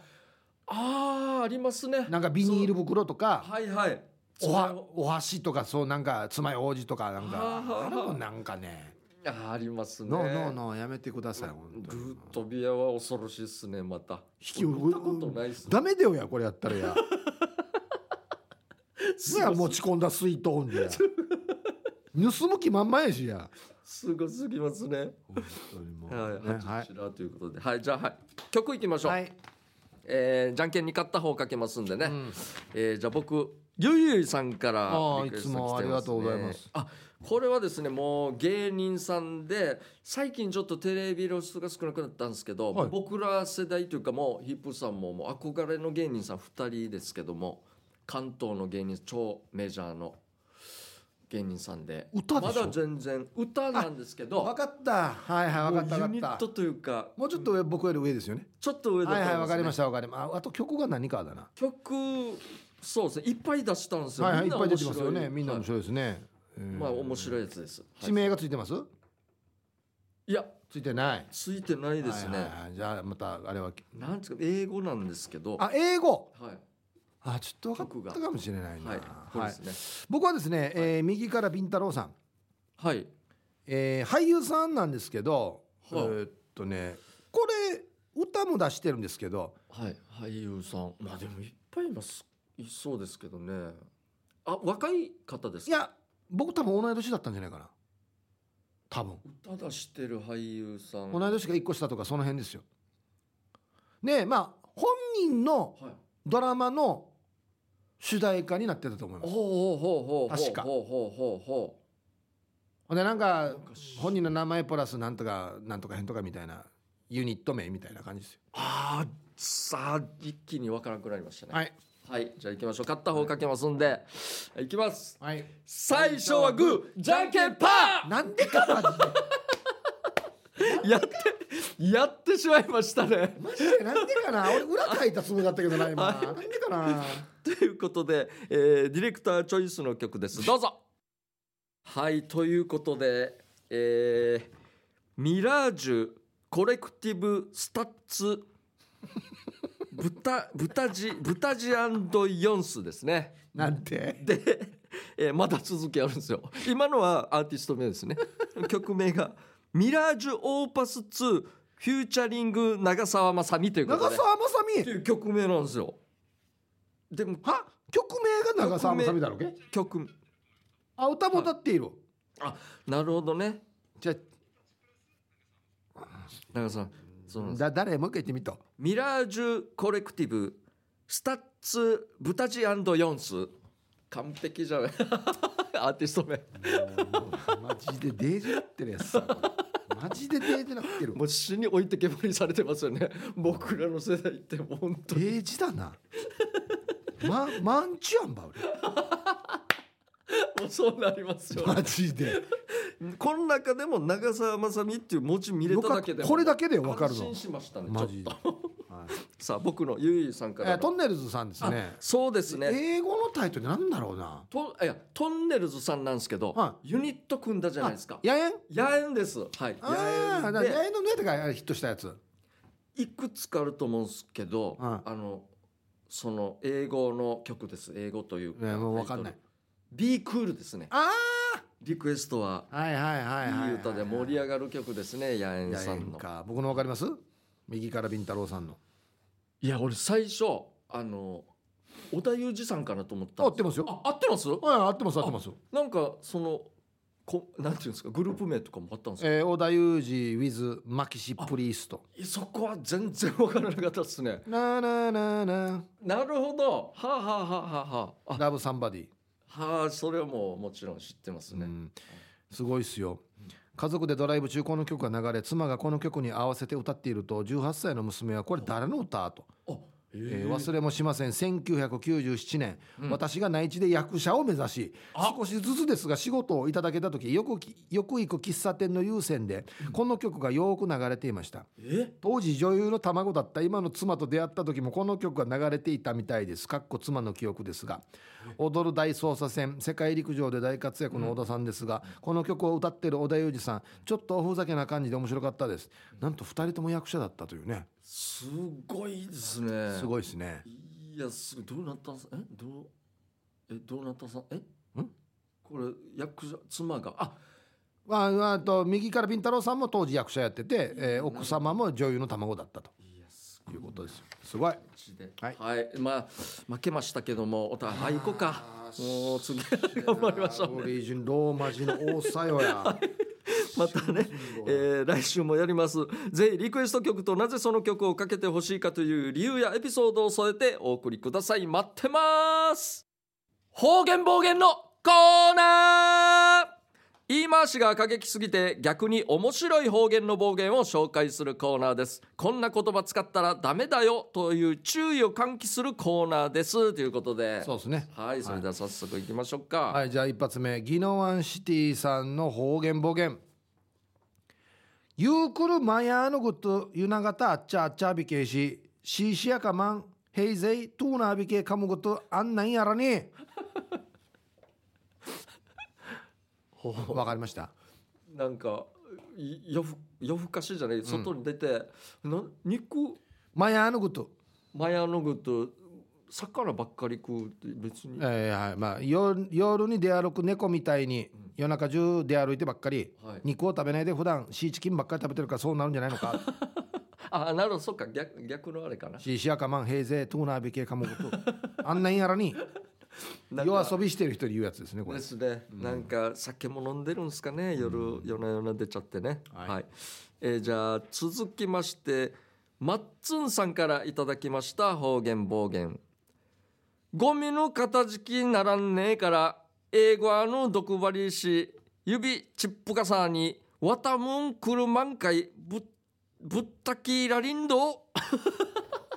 Speaker 1: あありますね
Speaker 2: なんかビニール袋とか
Speaker 1: はいはい
Speaker 2: おはお箸とかそうなんかつまようじとかなん
Speaker 1: はあはあ
Speaker 2: かあれもなんかね
Speaker 1: あーありますね
Speaker 2: ノーノーノーやめてください本当に
Speaker 1: グートビアは恐ろしいですねまた
Speaker 2: き
Speaker 1: 見たことないですね
Speaker 2: ダメだよやこれやったら やそや持ち込んだ水筒にや 盗む気満々やしや
Speaker 1: すごすぎますね
Speaker 2: 本当にもう
Speaker 1: はい、
Speaker 2: ね
Speaker 1: は、
Speaker 2: はい
Speaker 1: こちらということではいじゃあはい曲いきましょう、
Speaker 2: はい
Speaker 1: えーじゃんけんに勝った方かけますんでね、
Speaker 2: うん
Speaker 1: えーじゃあ僕ゆいゆいさんから
Speaker 2: あー
Speaker 1: リクエスト
Speaker 2: いつも
Speaker 1: 来て
Speaker 2: ありがとうございます
Speaker 1: あこれはですねもう芸人さんで最近ちょっとテレビ露出が少なくなったんですけど、
Speaker 2: はい
Speaker 1: 僕ら世代というかもうヒップさんももう憧れの芸人さん2人ですけども関東の芸人超メジャーの芸人さんで
Speaker 2: 歌で
Speaker 1: ま
Speaker 2: しょ
Speaker 1: だ全然歌なんですけど
Speaker 2: 分かったはいはい分かった
Speaker 1: もうユ
Speaker 2: 分
Speaker 1: ニ
Speaker 2: か
Speaker 1: ッ
Speaker 2: っ
Speaker 1: ト
Speaker 2: た
Speaker 1: というか
Speaker 2: もうちょっと上僕より上ですよね
Speaker 1: ちょっと上だと
Speaker 2: は
Speaker 1: 思
Speaker 2: い
Speaker 1: い
Speaker 2: は
Speaker 1: ます
Speaker 2: い分か
Speaker 1: ね
Speaker 2: りました分かりましたああと曲が何かだな
Speaker 1: 曲そうですねいっぱい出したんですよ、
Speaker 2: はいはいい
Speaker 1: み
Speaker 2: っ
Speaker 1: んな
Speaker 2: ぱい出てますよね
Speaker 1: 面白い
Speaker 2: みんな面白いですね
Speaker 1: はいまあ面白いやつです、はい
Speaker 2: 地名がついてます
Speaker 1: いや
Speaker 2: ついてない
Speaker 1: ついてないですね、
Speaker 2: はいはいはいじゃあまたあれは
Speaker 1: なんですか英語なんですけどは
Speaker 2: あ英語
Speaker 1: い
Speaker 2: あちょっと分かったかもしれないな、
Speaker 1: はいこれ
Speaker 2: は
Speaker 1: で
Speaker 2: い
Speaker 1: すね
Speaker 2: 僕はですね、えー右からビンタロウさん、
Speaker 1: はい、
Speaker 2: えー俳優さんなんですけど、
Speaker 1: はい
Speaker 2: えーっとねこれ歌も出してるんですけど
Speaker 1: はい、俳優さんまあでもいっぱいいますいそうですけどねあ若い方です
Speaker 2: い
Speaker 1: か
Speaker 2: や僕多分同い年だったんじゃないかな多分
Speaker 1: 歌出してる俳優さん
Speaker 2: 同い年が1個下とかその辺ですよでまあ本人の
Speaker 1: はい
Speaker 2: ドラマの主題歌になってたと思い
Speaker 1: ほう
Speaker 2: ます
Speaker 1: ほうほうほうほう
Speaker 2: 確か
Speaker 1: ほうほうほうほ
Speaker 2: ほんでなん
Speaker 1: う
Speaker 2: か
Speaker 1: なんかし
Speaker 2: 本人の名前プラスなんとかなんとか変とかみたいなユニット名みたいな感じですよ
Speaker 1: ああさあ一気にわからなくなりましたね
Speaker 2: はい
Speaker 1: はい、じゃあ行きましょう。勝った方かけますんで、行きます。
Speaker 2: はい
Speaker 1: 最初はグー、じゃんけんパ
Speaker 2: なんでかマジで
Speaker 1: ー。やって、 やってしまいましたね。
Speaker 2: マジでなんでかな俺裏書いたつもりだったけどな今なんでかな
Speaker 1: ということで、えーディレクターチョイスの曲です。どうぞ。はい、ということで、えーミラージュコレクティブスタッツ。 豚豚ジ豚ジヨンスですね。
Speaker 2: なんて
Speaker 1: で、えーまだ続きあるんですよ今のはアーティスト名ですね 曲名が「ミラージュオーパス2フューチャリング長澤まさみ」というこ
Speaker 2: 長
Speaker 1: とで
Speaker 2: 澤まさ
Speaker 1: と
Speaker 2: み
Speaker 1: いう曲名なんですよでも
Speaker 2: は曲名が長澤まさみだろうけ
Speaker 1: 曲
Speaker 2: あ歌も歌っている
Speaker 1: あなるほどね
Speaker 2: じゃ
Speaker 1: 長澤そうなんです
Speaker 2: だ誰もう一回言ってみと
Speaker 1: ミラージュコレクティブスタッツブタジヨンス完璧 じゃないアーティスト名
Speaker 2: マジでデージなってるやつさこれマジでデージなってる
Speaker 1: もう死に置いてけぼりにされてますよね僕らの世代ってもう本当
Speaker 2: デ
Speaker 1: に
Speaker 2: ージだなまマンチュアンば
Speaker 1: もうそうなりますよ
Speaker 2: 俺マジで
Speaker 1: この中でも長澤まさみっていう文字見れただけで
Speaker 2: よかったこれだけでわかるの
Speaker 1: 安心しましたねちょ
Speaker 2: マ
Speaker 1: っ
Speaker 2: ジで
Speaker 1: と、
Speaker 2: はい
Speaker 1: さあ僕のゆいゆいさんか
Speaker 2: え
Speaker 1: ら
Speaker 2: ー
Speaker 1: の
Speaker 2: トンネルズさんですね
Speaker 1: そうですね
Speaker 2: 英語のタイトルなんだろうな
Speaker 1: といやトンネルズさんなんですけど、
Speaker 2: は
Speaker 1: ユニット組んだじゃないですか
Speaker 2: やえん
Speaker 1: やえんですはい
Speaker 2: あ
Speaker 1: やえ
Speaker 2: あ
Speaker 1: ん
Speaker 2: だから
Speaker 1: で
Speaker 2: やえんのねとかヒットしたやつ
Speaker 1: いくつかあると思うんですけど、
Speaker 2: は
Speaker 1: あのその英語の曲です英語という
Speaker 2: ねもうわかんない
Speaker 1: タイトル Be cool ですね
Speaker 2: あ
Speaker 1: リクエストは
Speaker 2: あはいはいはいはいはい
Speaker 1: いい歌で盛り上がる曲ですねやえん
Speaker 2: や
Speaker 1: さ
Speaker 2: え
Speaker 1: ん
Speaker 2: ん
Speaker 1: の
Speaker 2: か僕のわかります右からビンタロウさんの
Speaker 1: いや俺最初あの織田裕二さんかなと思ったん
Speaker 2: 合っ
Speaker 1: で
Speaker 2: て
Speaker 1: す
Speaker 2: ますよ
Speaker 1: あ合ってます
Speaker 2: はい合ってます合ってます
Speaker 1: なんかそのこなんていうんですかグループ名とかもあったんですか、
Speaker 2: えー、小田裕二 with マキシプリースト
Speaker 1: いやそこは全然分からなかったですね
Speaker 2: なあなあなあな
Speaker 1: なるほどはあ、はあはあ
Speaker 2: あ
Speaker 1: は
Speaker 2: ラブサンバディ、
Speaker 1: あ、はあ、それはもうもちろん知ってます
Speaker 2: う
Speaker 1: ね、
Speaker 2: ん、すごいっすよ家族でドライブ中この曲が流れ妻がこの曲に合わせて歌っていると18歳の娘はこれ誰の歌と、
Speaker 1: あえ
Speaker 2: えー忘れもしません1997年、
Speaker 1: うん
Speaker 2: 私が内地で役者を目指し
Speaker 1: あ
Speaker 2: 少しずつですが仕事をいただけた時よくきよく行く喫茶店の優先でこの曲がよく流れていました
Speaker 1: え
Speaker 2: 当時女優の卵だった今の妻と出会った時もこの曲が流れていたみたいですかっこ妻の記憶ですが踊る大捜査線世界陸上で大活躍の小田さんですが、この曲を歌ってる小田裕二さんちょっとおふざけな感じで面白かったですなんと2人とも役者だったというね
Speaker 1: すごいですね
Speaker 2: すごいですね
Speaker 1: いやすごいどうなったんすえどうえどうなったさえ
Speaker 2: ん
Speaker 1: これ役者妻があ
Speaker 2: まあ、あと右からピン太郎さんも当時役者やってて、えー奥様も女優の卵だったと
Speaker 1: いやす
Speaker 2: いうことですよすごい
Speaker 1: で
Speaker 2: は
Speaker 1: はいい、まあ負けましたけどもお互い行こうかもう次頑張りましょう
Speaker 2: オリジンローマ字の大さよや
Speaker 1: またね、えー来週もやりますぜひリクエスト曲となぜその曲をかけてほしいかという理由やエピソードを添えてお送りください待ってます方言暴言のコーナー言い回しが過激すぎて逆に面白い方言の暴言を紹介するコーナーですこんな言葉使ったらダメだよという注意を喚起するコーナーですということで
Speaker 2: そうですね
Speaker 1: はいそれでは早速いきましょうか、
Speaker 2: はい、じゃあ一発目、ギノワンシティさんの方言暴言。ユークルマヤーのグッド、ユナガタアッチャアッチャビケーシ、シーシアカマン、ヘイゼイ、トゥーナービケーカムグッド、あんなんやらね え。わかりました。
Speaker 1: なんかい夜ふ夜更かしじゃない外に出て、な肉
Speaker 2: マヤーのグッド。
Speaker 1: マヤノグと魚ばっかり食うって別に、
Speaker 2: えーはい、まあ、夜、夜に出歩く猫みたいに、夜中中出歩いてばっかり。
Speaker 1: はい、
Speaker 2: 肉を食べないで普段シーチキンばっかり食べてるからそうなるんじゃない のか
Speaker 1: あなるほどそっか逆逆のあれかな
Speaker 2: シーシアカマンヘイゼイトゥーナービケーカムグ ッドあんなんやらに
Speaker 1: なんか
Speaker 2: 夜遊びしてる人に言うやつですねこれ
Speaker 1: で。すね、なんか酒も飲んでるんですかね夜、夜な夜な出ちゃってね
Speaker 2: は
Speaker 1: はいい、えーじゃあ続きましてマッツンさんからいただきました方言暴言ゴミの片付きならんねえから英語あの毒針し指チップカサーにわたむんくるまんかいぶっぶったきらりんど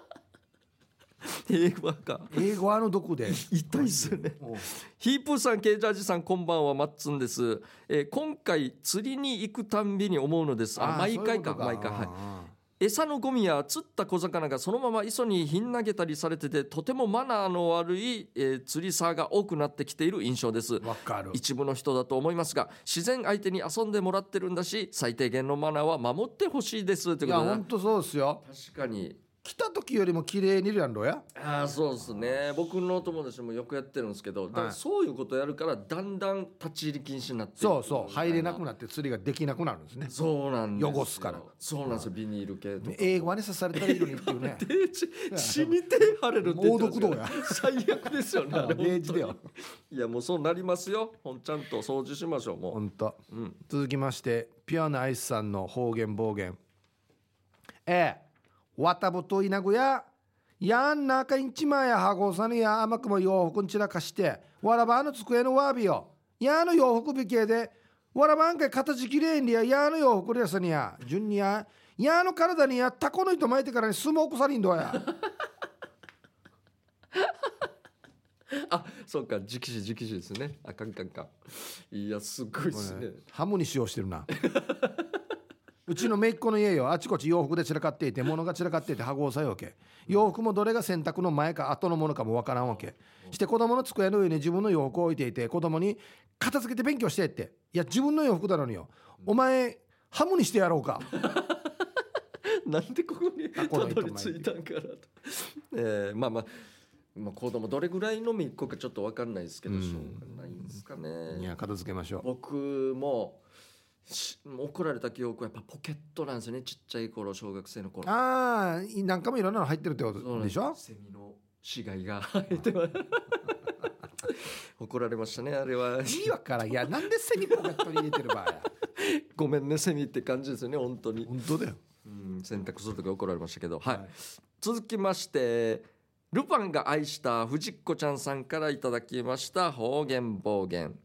Speaker 1: 英語か
Speaker 2: 英語あのどこで。
Speaker 1: 痛いっすよね
Speaker 2: おう
Speaker 1: ヒープーさん、ケージャージさん、こんばんは、マッツンです。えー今回、釣りに行くたんびに思うのです。 あ、
Speaker 2: ー
Speaker 1: 毎回か、
Speaker 2: そういう
Speaker 1: 毎
Speaker 2: こと
Speaker 1: 回。はい。
Speaker 2: あ
Speaker 1: 餌のゴミや釣った小魚がそのまま磯にひん投げたりされてて、とてもマナーの悪い、えー釣りさが多くなってきている印象です
Speaker 2: ー。わかる。
Speaker 1: 一部の人だと思いますが、自然相手に遊んでもらってるんだし、最低限のマナーは守ってほしいです。と
Speaker 2: い
Speaker 1: いう
Speaker 2: や、
Speaker 1: ことで
Speaker 2: 本当そうですよ。
Speaker 1: 確かに。
Speaker 2: 来た時よりも綺麗にいるやんろや。
Speaker 1: ああそうですね僕の友達もよくやってるんですけど、だ
Speaker 2: はい
Speaker 1: そういうことやるからだんだん立ち入り禁止になっていく
Speaker 2: そうそう、入れなく
Speaker 1: る
Speaker 2: なって、釣りができなくなるんですね。
Speaker 1: そうなんですよ
Speaker 2: 汚すから
Speaker 1: そうなんですよビニール系とか
Speaker 2: 英語はね、刺されたらいいのにってい うね。
Speaker 1: 手ち血に手腫れるって言ってますけど
Speaker 2: 猛毒
Speaker 1: 最悪ですよねあれ
Speaker 2: 明治だよ
Speaker 1: 本当にいやもうそうなりますよほんちゃんと掃除しましょうも
Speaker 2: 本当。
Speaker 1: う、うん、
Speaker 2: 続きまして、ピュアなアイスさんの方言暴言。ええ、わたぶと稲子や。やん中んちまやはごさにや甘くも洋服んちらかしてわらばの机のわびよやの洋服美形でわらばんかい形きれいにややの洋服でやさにや順にややの体にやタコの糸巻いてからにスモークサリンどや
Speaker 1: あそうか直視直視ですねあかんかんかんいやすごいですね
Speaker 2: ハムに使用してるな うちの姪っ子の家よあちこち洋服で散らかっていて物が散らかっていて羽子をさようけ洋服もどれが洗濯の前か後のものかもわからんわけして子供の机の上に自分の洋服を置いていて子供に「片付けて勉強して」って「いや自分の洋服だのによお前ハムにしてやろうか」
Speaker 1: なんでここにた
Speaker 2: この
Speaker 1: ど
Speaker 2: 糸
Speaker 1: り
Speaker 2: 巻い
Speaker 1: 着
Speaker 2: て
Speaker 1: いたんかなと、えーまあまあまあ子供どれぐらいのみっこかちょっとわかんないですけど、
Speaker 2: うん
Speaker 1: しょうがないんですかね
Speaker 2: いや片付けましょう
Speaker 1: 僕もし怒られた記憶はやっぱポケットなんですよねちっちゃい頃小学生の頃
Speaker 2: ああなんかもいろんなの入ってるってこ
Speaker 1: そう
Speaker 2: と
Speaker 1: なん
Speaker 2: でしょ
Speaker 1: セミの死骸が入ってます 怒られましたねあれは
Speaker 2: 意味わからんいやなんでセミポケットに入れてる場合や
Speaker 1: ごめんねセミって感じですよね本当に
Speaker 2: 本当だよ
Speaker 1: うん選択するとき怒られましたけどはい、
Speaker 2: はい
Speaker 1: 続きましてルパンが愛した藤子ちゃんさんからいただきました方言暴言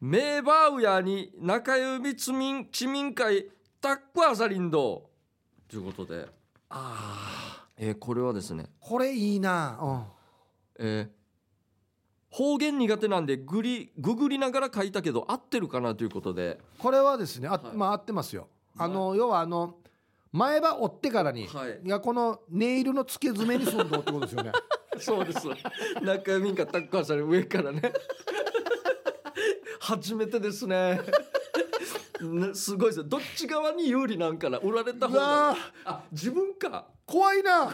Speaker 1: メーバーウヤに中指つみん市民会タックアサリンドということでああ、えーこれはですね
Speaker 2: これいいなうん
Speaker 1: えー方言苦手なんでグリググりながら書いたけど合ってるかなということで、
Speaker 2: これはですねあ、
Speaker 1: はい
Speaker 2: まあ合ってますよあの要はあの前歯折ってからに、
Speaker 1: はい
Speaker 2: いやこのネイルの付け爪にすんのってことです よね
Speaker 1: そうです。中指がタッカーされ上からね。初めてですね。なすごいですね。どっち側に有利なんかな。売られた方
Speaker 2: うわ
Speaker 1: が
Speaker 2: ー。
Speaker 1: あ、自分か。
Speaker 2: 怖 いな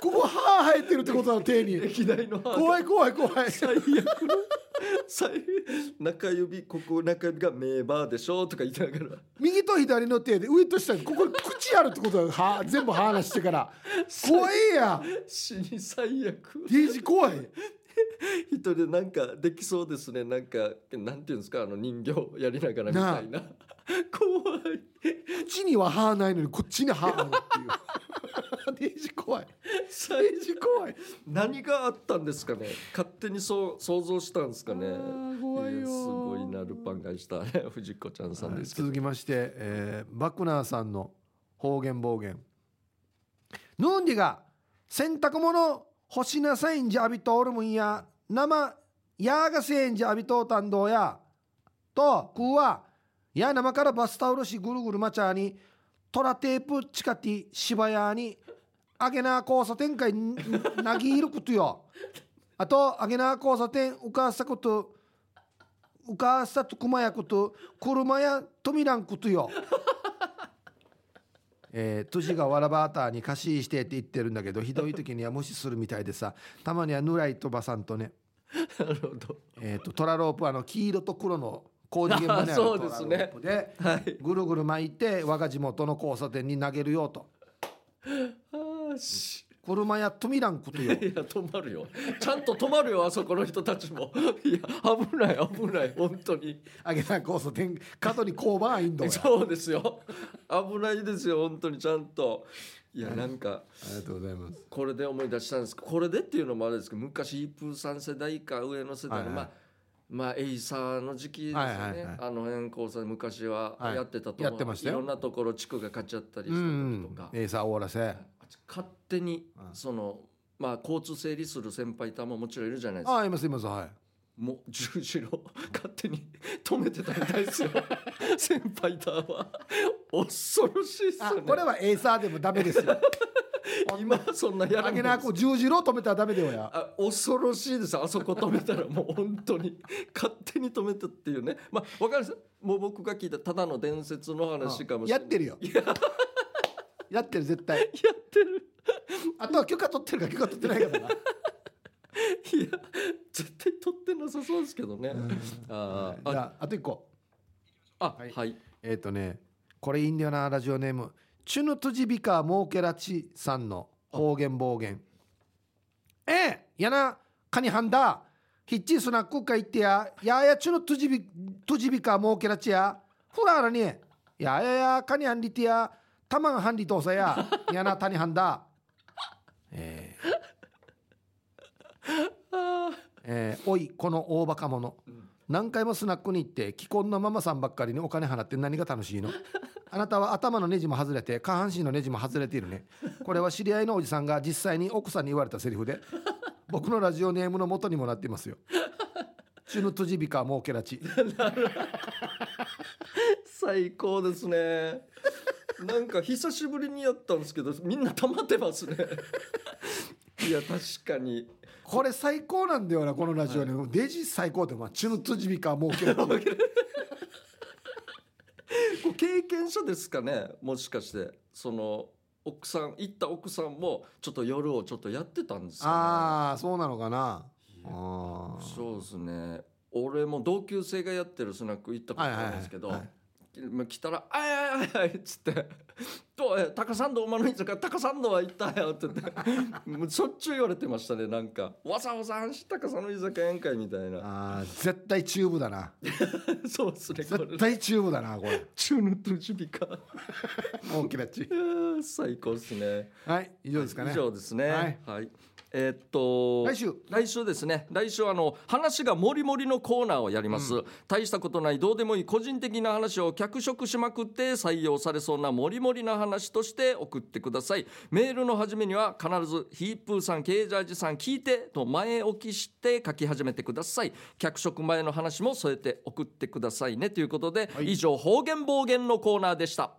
Speaker 2: ここ歯生えてるってことなの手に
Speaker 1: 歴代の。
Speaker 2: 怖い怖い怖い
Speaker 1: 最悪の。最中指ここ中指がメーバーでしょとか言いながら
Speaker 2: 右と左の手で上と下にここに口あるってことだよ歯全部歯離し てから怖いや
Speaker 1: 死に最悪
Speaker 2: デイジ怖い
Speaker 1: 一人でなんかできそうですねなんかなんていうんですかあの人形やりながらみたいな怖い
Speaker 2: 口には歯ないのにこっちに歯あるっていう デイジ怖い
Speaker 1: 最
Speaker 2: デイジ怖い
Speaker 1: 何があったんですかね勝手にそう想像したんですかね
Speaker 2: あー怖いよー
Speaker 1: やすごいなルパンがした、ね、藤子ちゃんさんですけど、
Speaker 2: 続きまして、えーバクナーさんの方言暴言ヌンディが洗濯物干しなさいんじゃあびとおるむんや生やがせんじゃあびとうたんどうやとくうはや生からバスタオルしぐるぐるまちゃにトラテープチカティ芝屋にあげな交差点かいんなぎいることよあとあげな交差点うかさことうかさとくまやこと車やとみらんことよ えー、年がわらばあたに貸ししてって言ってるんだけどひどい時には無視するみたいでさたまにはぬらいとばさんとね
Speaker 1: なるほど
Speaker 2: えー、とトラロープはあの黄色と黒の工事現場にある
Speaker 1: あそ
Speaker 2: ト
Speaker 1: う
Speaker 2: ラロ
Speaker 1: ですね
Speaker 2: ープで
Speaker 1: はい
Speaker 2: ぐるぐる巻いて我が地元の交差点に投げるよと
Speaker 1: あーし
Speaker 2: 車やとみらんことよ
Speaker 1: いや止まるよちゃんと止まるよあそこの人たちもいや危ない危ない本当に
Speaker 2: あげな交差点角に交番あいんどや
Speaker 1: そうですよ危ないですよ本当にちゃんといやなんか
Speaker 2: ありがとうございます
Speaker 1: これで思い出したんですけどこれでっていうのもあれですけど昔イープーさん世代か上の世代の、
Speaker 2: はいはい
Speaker 1: まあまあエイサーの時期ですよね、
Speaker 2: はいはいはい
Speaker 1: あの辺交差昔は
Speaker 2: はい
Speaker 1: やってたと思う、
Speaker 2: やってましたよ
Speaker 1: いろんなところ地区が勝っちゃったりし
Speaker 2: う
Speaker 1: た
Speaker 2: ん
Speaker 1: 時とか、
Speaker 2: えー、さあ終わらせ
Speaker 1: 勝手に
Speaker 2: うん
Speaker 1: その、まあ交通整理する先輩たまもちろんいるじゃないですか
Speaker 2: ああいますいますはい
Speaker 1: もう十字路 勝手に止めてたみたいです よ先輩たは恐ろしいっす
Speaker 2: あ
Speaker 1: よね
Speaker 2: これはエーサーでもダ メですよ
Speaker 1: 今そんなやら
Speaker 2: あ
Speaker 1: ない
Speaker 2: げなこう十字路止めたらダメだよや
Speaker 1: あ恐ろしいですあそこ止めたらもう本当に勝手に止めたっていうねまあわかりますもう僕が聞いたただの伝説の話かもしれ
Speaker 2: や
Speaker 1: ない
Speaker 2: ってるよやってる絶対
Speaker 1: やってる
Speaker 2: あとは許可取ってるか許可取ってないかだ な
Speaker 1: いや絶対取ってなさそうですけどねあー
Speaker 2: じ
Speaker 1: あ
Speaker 2: ゃああと一個
Speaker 1: あ
Speaker 2: はい
Speaker 1: はい
Speaker 2: えっ、とね、これいいんだよな、ラジオネーム。チュヌトジビカモーケラチさんの方言暴言。ええやな、カニハンダ。ヒッチースナックか行ってや。やーやチュヌトジビ、トジビカモーケラチや。フラーラに。やーややカニハンリティや。タマンハンリトーサや。やな、タニハンダ。えーおいこの大バカ者何回もスナックに行って既婚のママさんばっかりにお金払って何が楽しいのあなたは頭のネジも外れて下半身のネジも外れているねこれは知り合いのおじさんが実際に奥さんに言われたセリ フで僕のラジオネームの元にもなっていますよチュヌトゥジビカモーケラチ
Speaker 1: 最高です ね。なんか久しぶりにやったんですけど、みんな溜まってますね。いや、確かに。
Speaker 2: これ最高なんだよなこのラジオネーム、デジ最高ってまあチュヌトゥジビカモーケ ラチ
Speaker 1: こう経験者ですかね、もしかして、その奥さん、行った奥さんも、ちょっと夜をちょっとやってたんですか
Speaker 2: ああそうなのかな
Speaker 1: ね。
Speaker 2: あー
Speaker 1: そうですね。俺も同級生がやってるスナック行ったことあるんですけど。
Speaker 2: はいはい
Speaker 1: ま来たら「あいあいあいあい」っつって「どうえ高山道おまのいつか高山道は行ったよ」って言ってもうしょっちゅう言われてましたねなんか「わざわざ阪神高さの居酒屋宴会」みたいな
Speaker 2: あー絶対チューブだな
Speaker 1: そうですねこれ
Speaker 2: 絶対チューブだな これ
Speaker 1: 中のトゥジビカ
Speaker 2: モーケラチ
Speaker 1: 最高ですね
Speaker 2: はい以上ですかね
Speaker 1: 以上ですね
Speaker 2: はい、
Speaker 1: はいえーっと
Speaker 2: 来週
Speaker 1: 来週ですね来週あの話がもりもりのコーナーをやります、大したことないどうでもいい個人的な話を脚色しまくって採用されそうなもりもりな話として送ってくださいメールの始めには必ずヒープーさんケージャージさん聞いてと前置きして書き始めてください脚色前の話も添えて送ってくださいねということで、
Speaker 2: はい
Speaker 1: 以上方言暴言のコーナーでした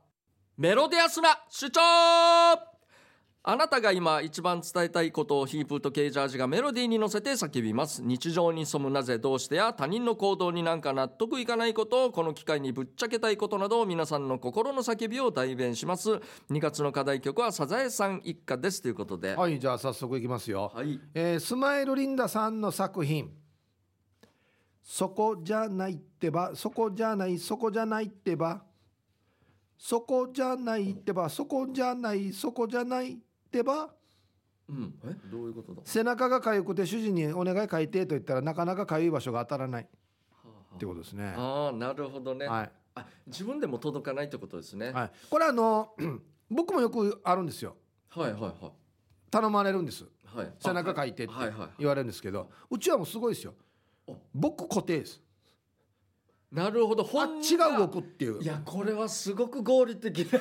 Speaker 1: メロディアスな主張あなたが今一番伝えたいことをヒープーとケージャージがメロディーに乗せて叫びます日常に潜むなぜどうしてや他人の行動になんか納得いかないことをこの機会にぶっちゃけたいことなど皆さんの心の叫びを代弁します2月の課題曲はサザエさん一家ですということで
Speaker 2: はいじゃあ早速いきますよ、
Speaker 1: はい
Speaker 2: えースマイルリンダさんの作品「そこじゃないってばそこじゃないそこじゃないってばそこじゃないってばそこじゃないそこじゃないってば」
Speaker 1: うんえどういうことだ
Speaker 2: 背中が痒くて主人にお願い書いてと言ったらなかなか痒い場所が当たらないってことですね。
Speaker 1: ああなるほどね、
Speaker 2: はい、
Speaker 1: あ自分でも届かないってことですね、
Speaker 2: はい、これあの 僕もよくあるんですよ
Speaker 1: はい、はいはい
Speaker 2: 頼まれるんです
Speaker 1: はい
Speaker 2: 背中書いてって
Speaker 1: はいはい
Speaker 2: 言われるんですけどうちはもうすごいですよ
Speaker 1: お
Speaker 2: 僕固定です
Speaker 1: なるほど
Speaker 2: あ
Speaker 1: 本人
Speaker 2: っちが動くっていう
Speaker 1: いやこれはすごく合理的 な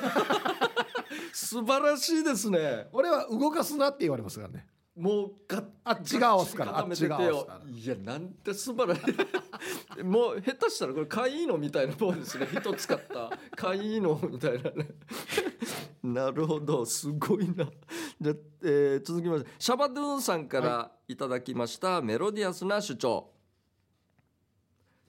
Speaker 1: 素晴らしいですね
Speaker 2: 俺は動かすなって言われますからね
Speaker 1: もうが
Speaker 2: あっちが押すからあっちが
Speaker 1: 固めてよ
Speaker 2: 押すから
Speaker 1: いやなんて素晴らしいもう下手したらこれかいいのみたいなもんですね人使ったかいいのみたいなねなるほどすごいなじゃ、えー続きましてシャバドゥーンさんからいただきました、メロディアスな主張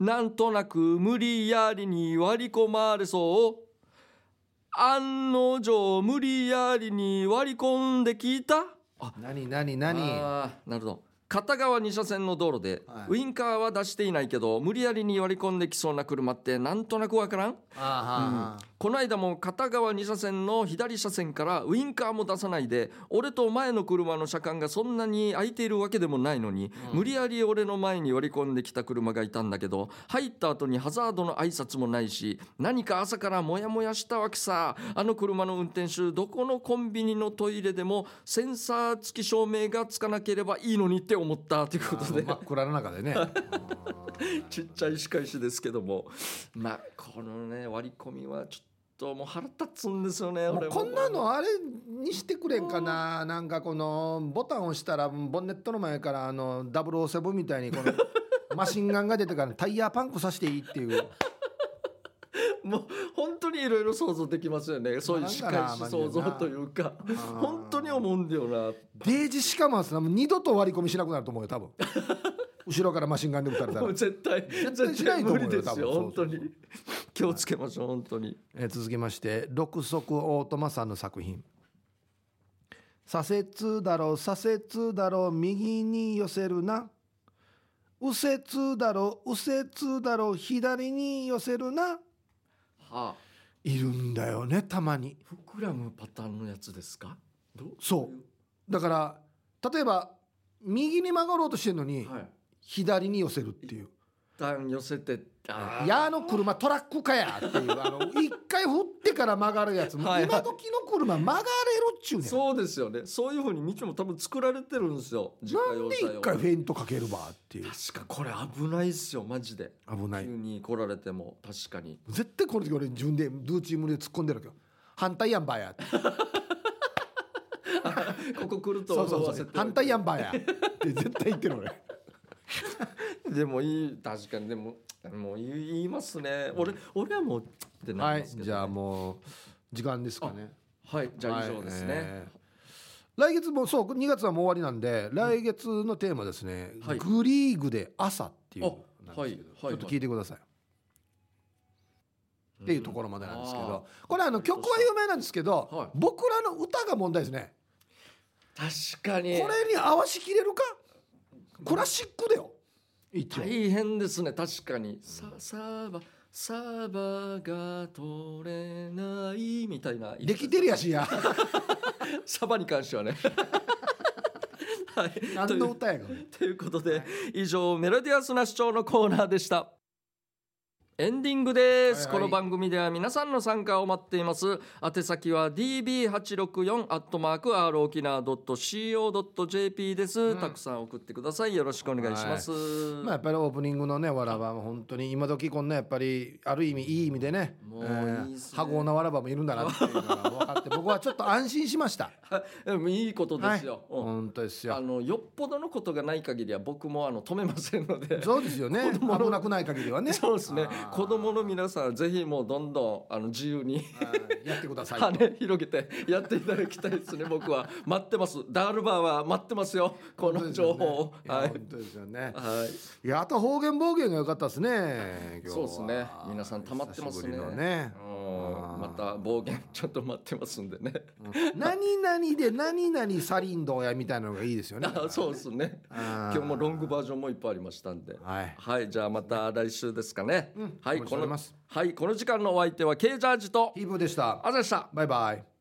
Speaker 1: なんとなく無理やりに割り込まれそう案の定無理やりに割り込んできたあ
Speaker 2: 何何何
Speaker 1: あーなるほど片側2車線の道路で、
Speaker 2: はい
Speaker 1: ウインカーは出していないけど無理やりに割り込んできそうな車ってなんとなくわからん
Speaker 2: あ
Speaker 1: この間も片側2車線の左車線からウインカーも出さないで俺と前の車の車間がそんなに空いているわけでもないのに、無理やり俺の前に割り込んできた車がいたんだけど入った後にハザードの挨拶もないし何か朝からモヤモヤしたわけさあの車の運転手どこのコンビニのトイレでもセンサー付き照明がつかなければいいのにって思ったということで
Speaker 2: 真っ暗の中でね
Speaker 1: ちっちゃい仕返しですけどもまあこのね割り込みはちょっともう腹立つんですよね
Speaker 2: も
Speaker 1: 俺
Speaker 2: う
Speaker 1: も
Speaker 2: こんなのあれにしてくれんかななんかこのボタンを押したらボンネットの前からあの007みたいに このマシンガンが出てからタイヤパンクさせていいっ ていう
Speaker 1: もう本当にいろいろ想像できますよねそういう仕返し想像というか
Speaker 2: な
Speaker 1: 本当に思うんだよな
Speaker 2: デージしかもさもう二度と割り込みしなくなると思うよ多 分後ろからマシンガンで撃たれた
Speaker 1: も
Speaker 2: ら
Speaker 1: う、絶対
Speaker 2: 対
Speaker 1: 絶
Speaker 2: しな
Speaker 1: 対
Speaker 2: いと
Speaker 1: 無
Speaker 2: 思う
Speaker 1: 理
Speaker 2: よ
Speaker 1: ですよ
Speaker 2: 多分
Speaker 1: 本当に
Speaker 2: そうそう
Speaker 1: 気をつけましょう本当に
Speaker 2: えー続きまして六足オートマさんの作品「左折だろう左折だろう右に寄せるな」「右折だろう右折だろう左に寄せるな」
Speaker 1: はい
Speaker 2: るんだよねたまに
Speaker 1: あ膨らむパターンのやつですかどう
Speaker 2: そうだから例えば右に曲がろうとしてるのに、
Speaker 1: はい
Speaker 2: 左に寄せるっていう
Speaker 1: 旦寄せてってあー
Speaker 2: 矢の車トラックかやっていうあの一回振ってから曲がるやつ、
Speaker 1: はいはい
Speaker 2: 今時の車曲がれるっちゅうねん
Speaker 1: そうですよねそういうふうに道も多分作られてるんですよ自家
Speaker 2: な
Speaker 1: 用
Speaker 2: んで
Speaker 1: 車
Speaker 2: 一
Speaker 1: 用
Speaker 2: 回フェイントかけるばっていう
Speaker 1: 確かこれ危ないっすよマジで
Speaker 2: 危ない
Speaker 1: 急に来られても確かに
Speaker 2: 絶対この時俺自分でドゥーチームで突っ込んでるわけど反対やんばやって
Speaker 1: ここ来ると
Speaker 2: そう
Speaker 1: 思
Speaker 2: そう
Speaker 1: わ
Speaker 2: そ
Speaker 1: せ
Speaker 2: う
Speaker 1: て
Speaker 2: 反対やんばやって絶対言ってる俺
Speaker 1: でもいい確かにでももう言いますね俺俺はもうって な
Speaker 2: は
Speaker 1: り
Speaker 2: い
Speaker 1: ますけど、
Speaker 2: じゃあもう時間ですかね
Speaker 1: はいじゃあ以上ですね、
Speaker 2: はいえー来月もそう2月はもう終わりなんで来月のテーマですね、
Speaker 1: はい
Speaker 2: グリーグで朝っていうのなんですけど、
Speaker 1: あはいはい
Speaker 2: ちょっと聞いてください、っていうところまでなんですけどこれあの
Speaker 1: わかり
Speaker 2: 曲
Speaker 1: ました
Speaker 2: は有名なんですけど、
Speaker 1: はい
Speaker 2: 僕らの歌が問題ですね
Speaker 1: 確か
Speaker 2: こ
Speaker 1: に
Speaker 2: れに合わしきれるかクラシックだよ一応
Speaker 1: 大変ですね確かに、さサーバサーバーが取れないみたいな
Speaker 2: できてるやし や
Speaker 1: サバに関してはね はい
Speaker 2: 何の歌やが
Speaker 1: ということで、以上メロディアスな主張のコーナーでしたエンディングです、
Speaker 2: はいはい
Speaker 1: この番組では皆さんの参加を待っています宛先は db864 アットマーク r 沖縄 .co.jp です、たくさん送ってくださいよろしくお願いします、
Speaker 2: まあやっぱりオープニングのねわらばも本当に今時こんなやっぱりある意味いい意味でね
Speaker 1: もういいっすね
Speaker 2: 羽子なわらばもいるんだなっていうのが分かって僕はちょっと安心しました
Speaker 1: でもいいことですよ、うん
Speaker 2: 本当です
Speaker 1: あ
Speaker 2: よ
Speaker 1: のよっぽどのことがない限りは僕もあの止めませんので
Speaker 2: そうですよね危なくない限りは ね
Speaker 1: そうですね
Speaker 2: あー
Speaker 1: 子供の皆さんぜひもうどんどんあの自由に
Speaker 2: はいやってくださいと
Speaker 1: 羽広げてやっていただきたいですね僕 は待ってますダールバーは待ってますよこの情報を、
Speaker 2: は
Speaker 1: はいい
Speaker 2: や、本当ですよね
Speaker 1: はい、
Speaker 2: いやあと方言暴言が良かったですね今日は
Speaker 1: そうですね皆さん溜まってますね
Speaker 2: 久しぶりのね
Speaker 1: うんまた暴言ちょっと待ってますんでね、
Speaker 2: 何々で何々サリンドやみたいなのがいいですよね
Speaker 1: あ そうですね今
Speaker 2: あー
Speaker 1: 日もロングバージョンもいっぱいありましたんで
Speaker 2: はい
Speaker 1: はい、じゃあまた来週ですかね、
Speaker 2: ん
Speaker 1: はい
Speaker 2: お待ちして
Speaker 1: こ
Speaker 2: おり
Speaker 1: の
Speaker 2: ます
Speaker 1: はいこの時間のお相手は K ジャージと
Speaker 2: ヒープーでした
Speaker 1: あざでした
Speaker 2: バイバイ